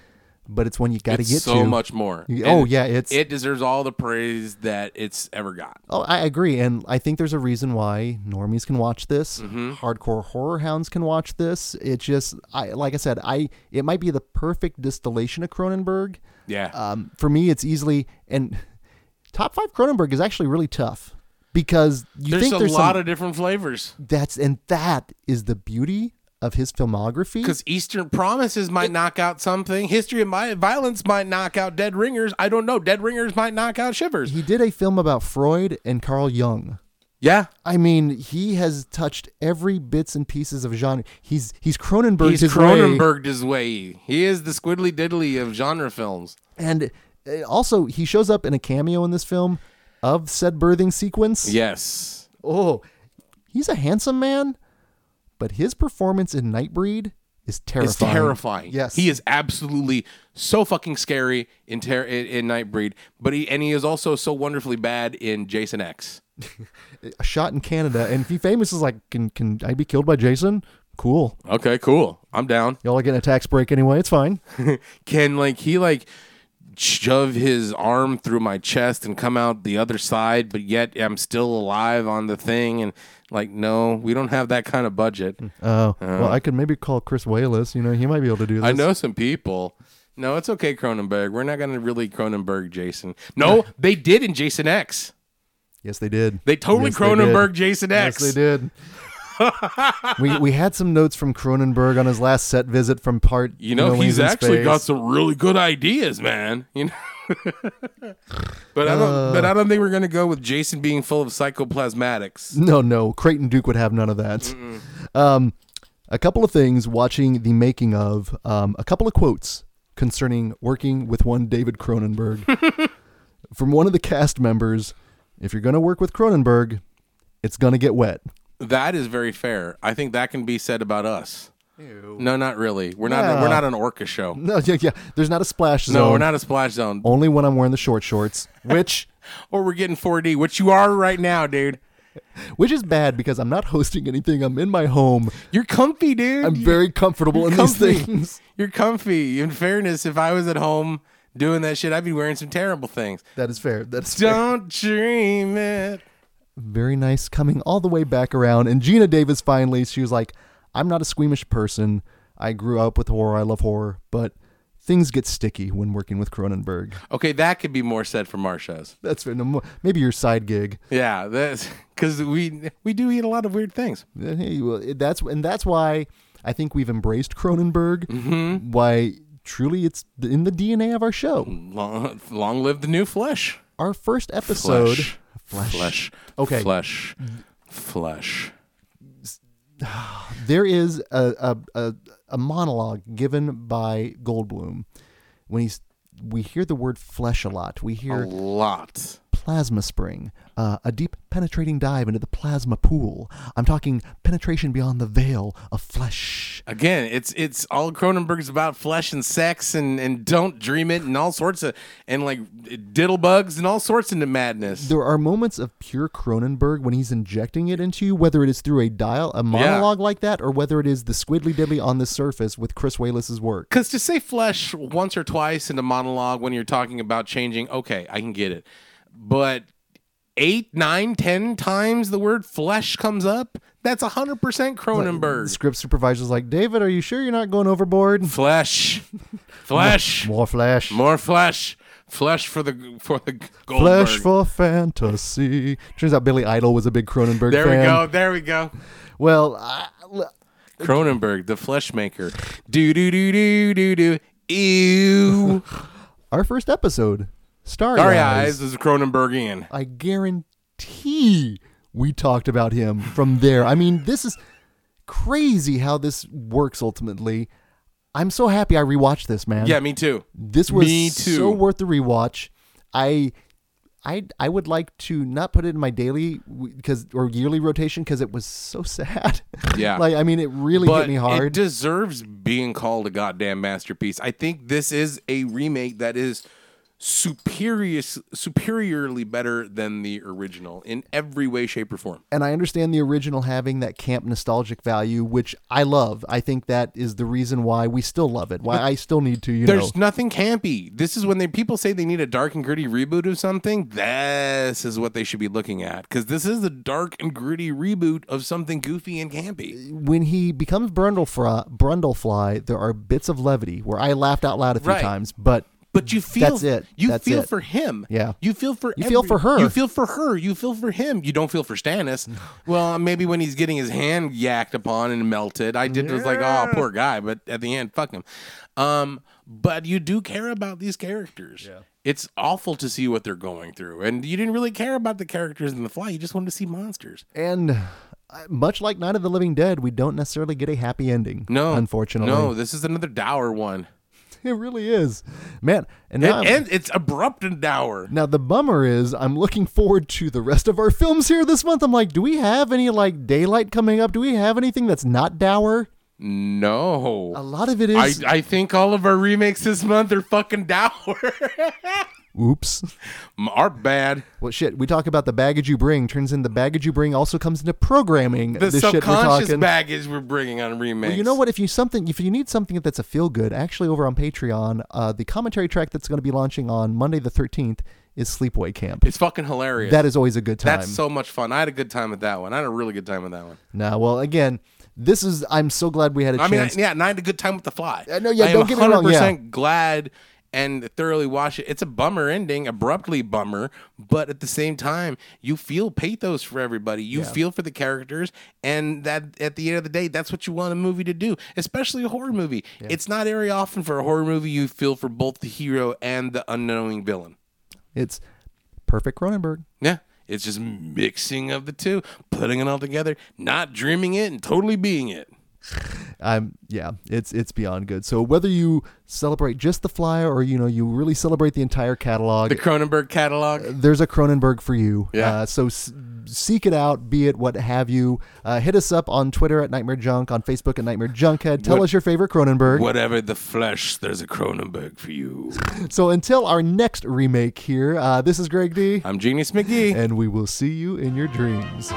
B: but it's one you got to
C: It's
B: get
C: so
B: to.
C: much more.
B: You- oh,
C: And
B: yeah, it's-
C: it deserves all the praise that it's ever got.
B: Oh, I agree, and I think there's a reason why normies can watch this,
C: Mm-hmm.
B: hardcore horror hounds can watch this. It just, I like I said, I it might be the perfect distillation of Cronenberg.
C: Yeah.
B: Um, for me, it's easily and top five Cronenberg is actually really tough because you
C: there's
B: think
C: a
B: there's
C: lot
B: some,
C: of different flavors.
B: that's and that is the beauty of his filmography.
C: Because Eastern Promises might knock out something. History of my Violence might knock out Dead Ringers. I don't know. Dead Ringers might knock out Shivers.
B: He did a film about Freud and Carl Jung.
C: Yeah.
B: I mean, he has touched every bits and pieces of genre. He's he's Cronenberg
C: He's
B: his way,
C: Cronenberged his way. He is the squiddly diddly of genre films.
B: and uh, also he shows up in a cameo in this film of said birthing sequence.
C: Yes.
B: Oh, he's a handsome man, but his performance in Nightbreed is terrifying.
C: It's terrifying.
B: Yes,
C: He is absolutely so fucking scary in, ter- in, in Nightbreed. But he and he is also so wonderfully bad in Jason X.
B: a shot in Canada, and he famous is like, can can I be killed by Jason? Cool.
C: Okay, cool. I'm down.
B: Y'all are getting a tax break anyway. It's fine.
C: can like he like shove his arm through my chest and come out the other side but yet i'm still alive on the thing and like no we don't have that kind of budget
B: Oh, well, I could maybe call Chris Wayless. You know, he might be able to do this.
C: Uh-huh. i know some people no it's okay cronenberg we're not going to really cronenberg jason no they did in jason x
B: Yes, they did.
C: they totally
B: Yes, did.
C: cronenberg jason x
B: Yes, they
C: *laughs*
B: did. we we had some notes from Cronenberg on his last set visit from part.
C: you know
B: when
C: he's
B: in
C: actually
B: space.
C: got some really good ideas man you know *laughs* but i don't but
B: Uh.
C: i don't think we're going to go with jason being full of
B: *laughs*
C: psychoplasmatics
B: No, no, Creighton Duke would have none of that. Um, a couple of things watching the making of. Um, a couple of quotes concerning working with one David Cronenberg
C: *laughs*
B: from one of the cast members. If you're going to work with Cronenberg, it's going to get wet. *laughs*
C: That is very fair. I think that can be said about us. No, not really. We're not.
B: Yeah.
C: We're not an orca show. No,
B: No, yeah, yeah. There's not a splash zone.
C: we're not a splash zone.
B: Only when I'm wearing the short shorts,
C: *laughs*
B: which.
C: Or we're getting 4D, which you are right now, dude.
B: which is bad because I'm not hosting anything. I'm in my home.
C: You're comfy, dude.
B: I'm
C: You're
B: very comfortable in
C: comfy.
B: these things. *laughs*
C: You're comfy. In fairness, if I was at home doing that shit, I'd be wearing some terrible things.
B: That is fair. That's fair.
C: Don't dream it.
B: very nice coming all the way back around. And Gina Davis finally, she was like, I'm not a squeamish person. I grew up with horror. I love horror, but things get sticky when working with Cronenberg. *laughs*
C: Okay, that could be more said for Marsha's.
B: That's fair. No mo- Maybe your side gig.
C: Yeah, that's because we we do eat a lot of weird things.
B: Uh, Hey, well, it- that's and that's why I think we've embraced Cronenberg. Why truly it's in the DNA of our show.
C: Long, long live the new flesh.
B: Our first episode.
C: Flesh.
B: Flesh.
C: Flesh.
B: Okay.
C: Flesh. Flesh.
B: there is a, a, a, a monologue given by Goldblum when he's we hear the word flesh a lot. We
C: A
B: hear
C: lot.
B: plasma spring, uh, a deep penetrating dive into the plasma pool. I'm talking penetration beyond the veil of flesh.
C: Again, it's it's all Cronenberg's about flesh and sex and and don't dream it and all sorts of and like diddle bugs and all sorts into madness.
B: There are moments of pure Cronenberg when he's injecting it into you, whether it is through a dial, a monologue like that, or whether it is the squiddly diddly on the surface with Chris Wayless's work.
C: Because to say flesh once or twice in a monologue when you're talking about changing, okay, I can get it, but eight, nine, ten times the word flesh comes up, that's 100%
B: The
C: Cronenberg.
B: script supervisor's like, David, are you sure you're not going overboard?
C: *laughs* Flesh. Flesh.
B: More flash.
C: More flesh. Flesh for the for the Goldberg.
B: Flesh for fantasy. Turns out Billy Idol was a big Cronenberg
C: there
B: fan.
C: we go. There we go.
B: Well, uh, I, l-
C: Cronenberg, the flesh maker. Do do do do do do. Ew.
B: our first episode, Starry,
C: Sorry,
B: Eyes.
C: eyes is Cronenbergian.
B: I guarantee we talked about him from there. I mean, this is crazy how this works ultimately. I'm so happy I rewatched this, man.
C: Yeah, me too.
B: this was
C: me too.
B: so worth the rewatch. I I I would like to not put it in my daily because or yearly rotation because it was so *laughs* sad.
C: Yeah.
B: like I mean, it really hit me
C: It
B: hard.
C: deserves being called a goddamn masterpiece. I think this is a remake that is superior, superiorly better than the original in every way, shape, or form.
B: and I understand the original having that camp nostalgic value, which I love. I think that is the reason why we still love it. Why I still need to, you know.
C: There's nothing campy. This is when they people say they need a dark and gritty reboot of something. This is what they should be looking at because this is the dark and gritty reboot of something goofy and campy.
B: when he becomes Brundlefly, Brundlefly, there are bits of levity where I laughed out loud a few
C: Right.
B: times, but
C: But you feel
B: That's it.
C: You
B: That's
C: feel
B: it.
C: for him.
B: Yeah.
C: You feel for
B: You feel for her.
C: You feel for her. You feel for him. You don't feel for Stannis. Well, maybe when he's getting his hand yacked upon and melted, I did was like, oh, poor guy. But at the end, fuck him. Um, but you do care about these characters. Yeah. It's awful to see what they're going through, and you didn't really care about the characters in the fly. You just wanted to see monsters.
B: and uh, much like Night of the Living Dead, we don't necessarily get a happy ending.
C: No,
B: unfortunately,
C: no. This is another dour one.
B: *laughs* it really is, man. And
C: It,
B: now,
C: and it's abrupt and dour.
B: now the bummer is, I'm looking forward to the rest of our films here this month. I'm like, do we have any like daylight coming up? Do we have anything that's not dour?
C: No,
B: A lot of it
C: I,
B: is.
C: I think all of our remakes this month are fucking dour.
B: *laughs* oops.
C: are bad.
B: Well, shit. We talk about the baggage you bring. Turns in the baggage you bring also comes into programming.
C: The
B: this shit we're
C: subconscious
B: talking.
C: baggage we're bringing on remakes.
B: Well, you know what? If you something, if you need something that's a feel good, actually, over on Patreon, uh, the commentary track that's going to be launching on Monday the thirteenth is Sleepaway Camp.
C: It's fucking hilarious.
B: That is always a good time.
C: That's so much fun. I had a good time with that one. I had a really good time with that one.
B: now, well, again, this is. I'm so glad we had a
C: I mean, I,
B: chance.
C: yeah, and I had a good time with the fly.
B: Uh, no, yeah,
C: I
B: don't
C: am
B: get me wrong, yeah.
C: 100% glad and thoroughly watch it. It's a bummer ending, abruptly bummer, but at the same time, you feel pathos for everybody. You feel for the characters, and that at the end of the day, that's what you want a movie to do, especially a horror movie. It's not very often for a horror movie you feel for both the hero and the unknowing villain.
B: it's perfect Cronenberg.
C: Yeah. It's just mixing of the two, putting it all together, not dreaming it and totally being it.
B: I'm yeah, it's it's beyond good. So whether you celebrate just the flyer or you know you really celebrate the entire catalog,
C: The Cronenberg catalog.
B: there's a Cronenberg for you.
C: Yeah.
B: Uh, so s- seek it out, be it what have you. Uh, hit us up on Twitter at Nightmare Junk, on Facebook at Nightmare Junkhead. Tell
C: What-
B: us your favorite Cronenberg.
C: Whatever the flesh, there's a Cronenberg for you.
B: So until our next
C: *laughs*
B: remake here, uh, this is Greg D,
C: I'm Genius McGee.
B: and we will see you in your dreams.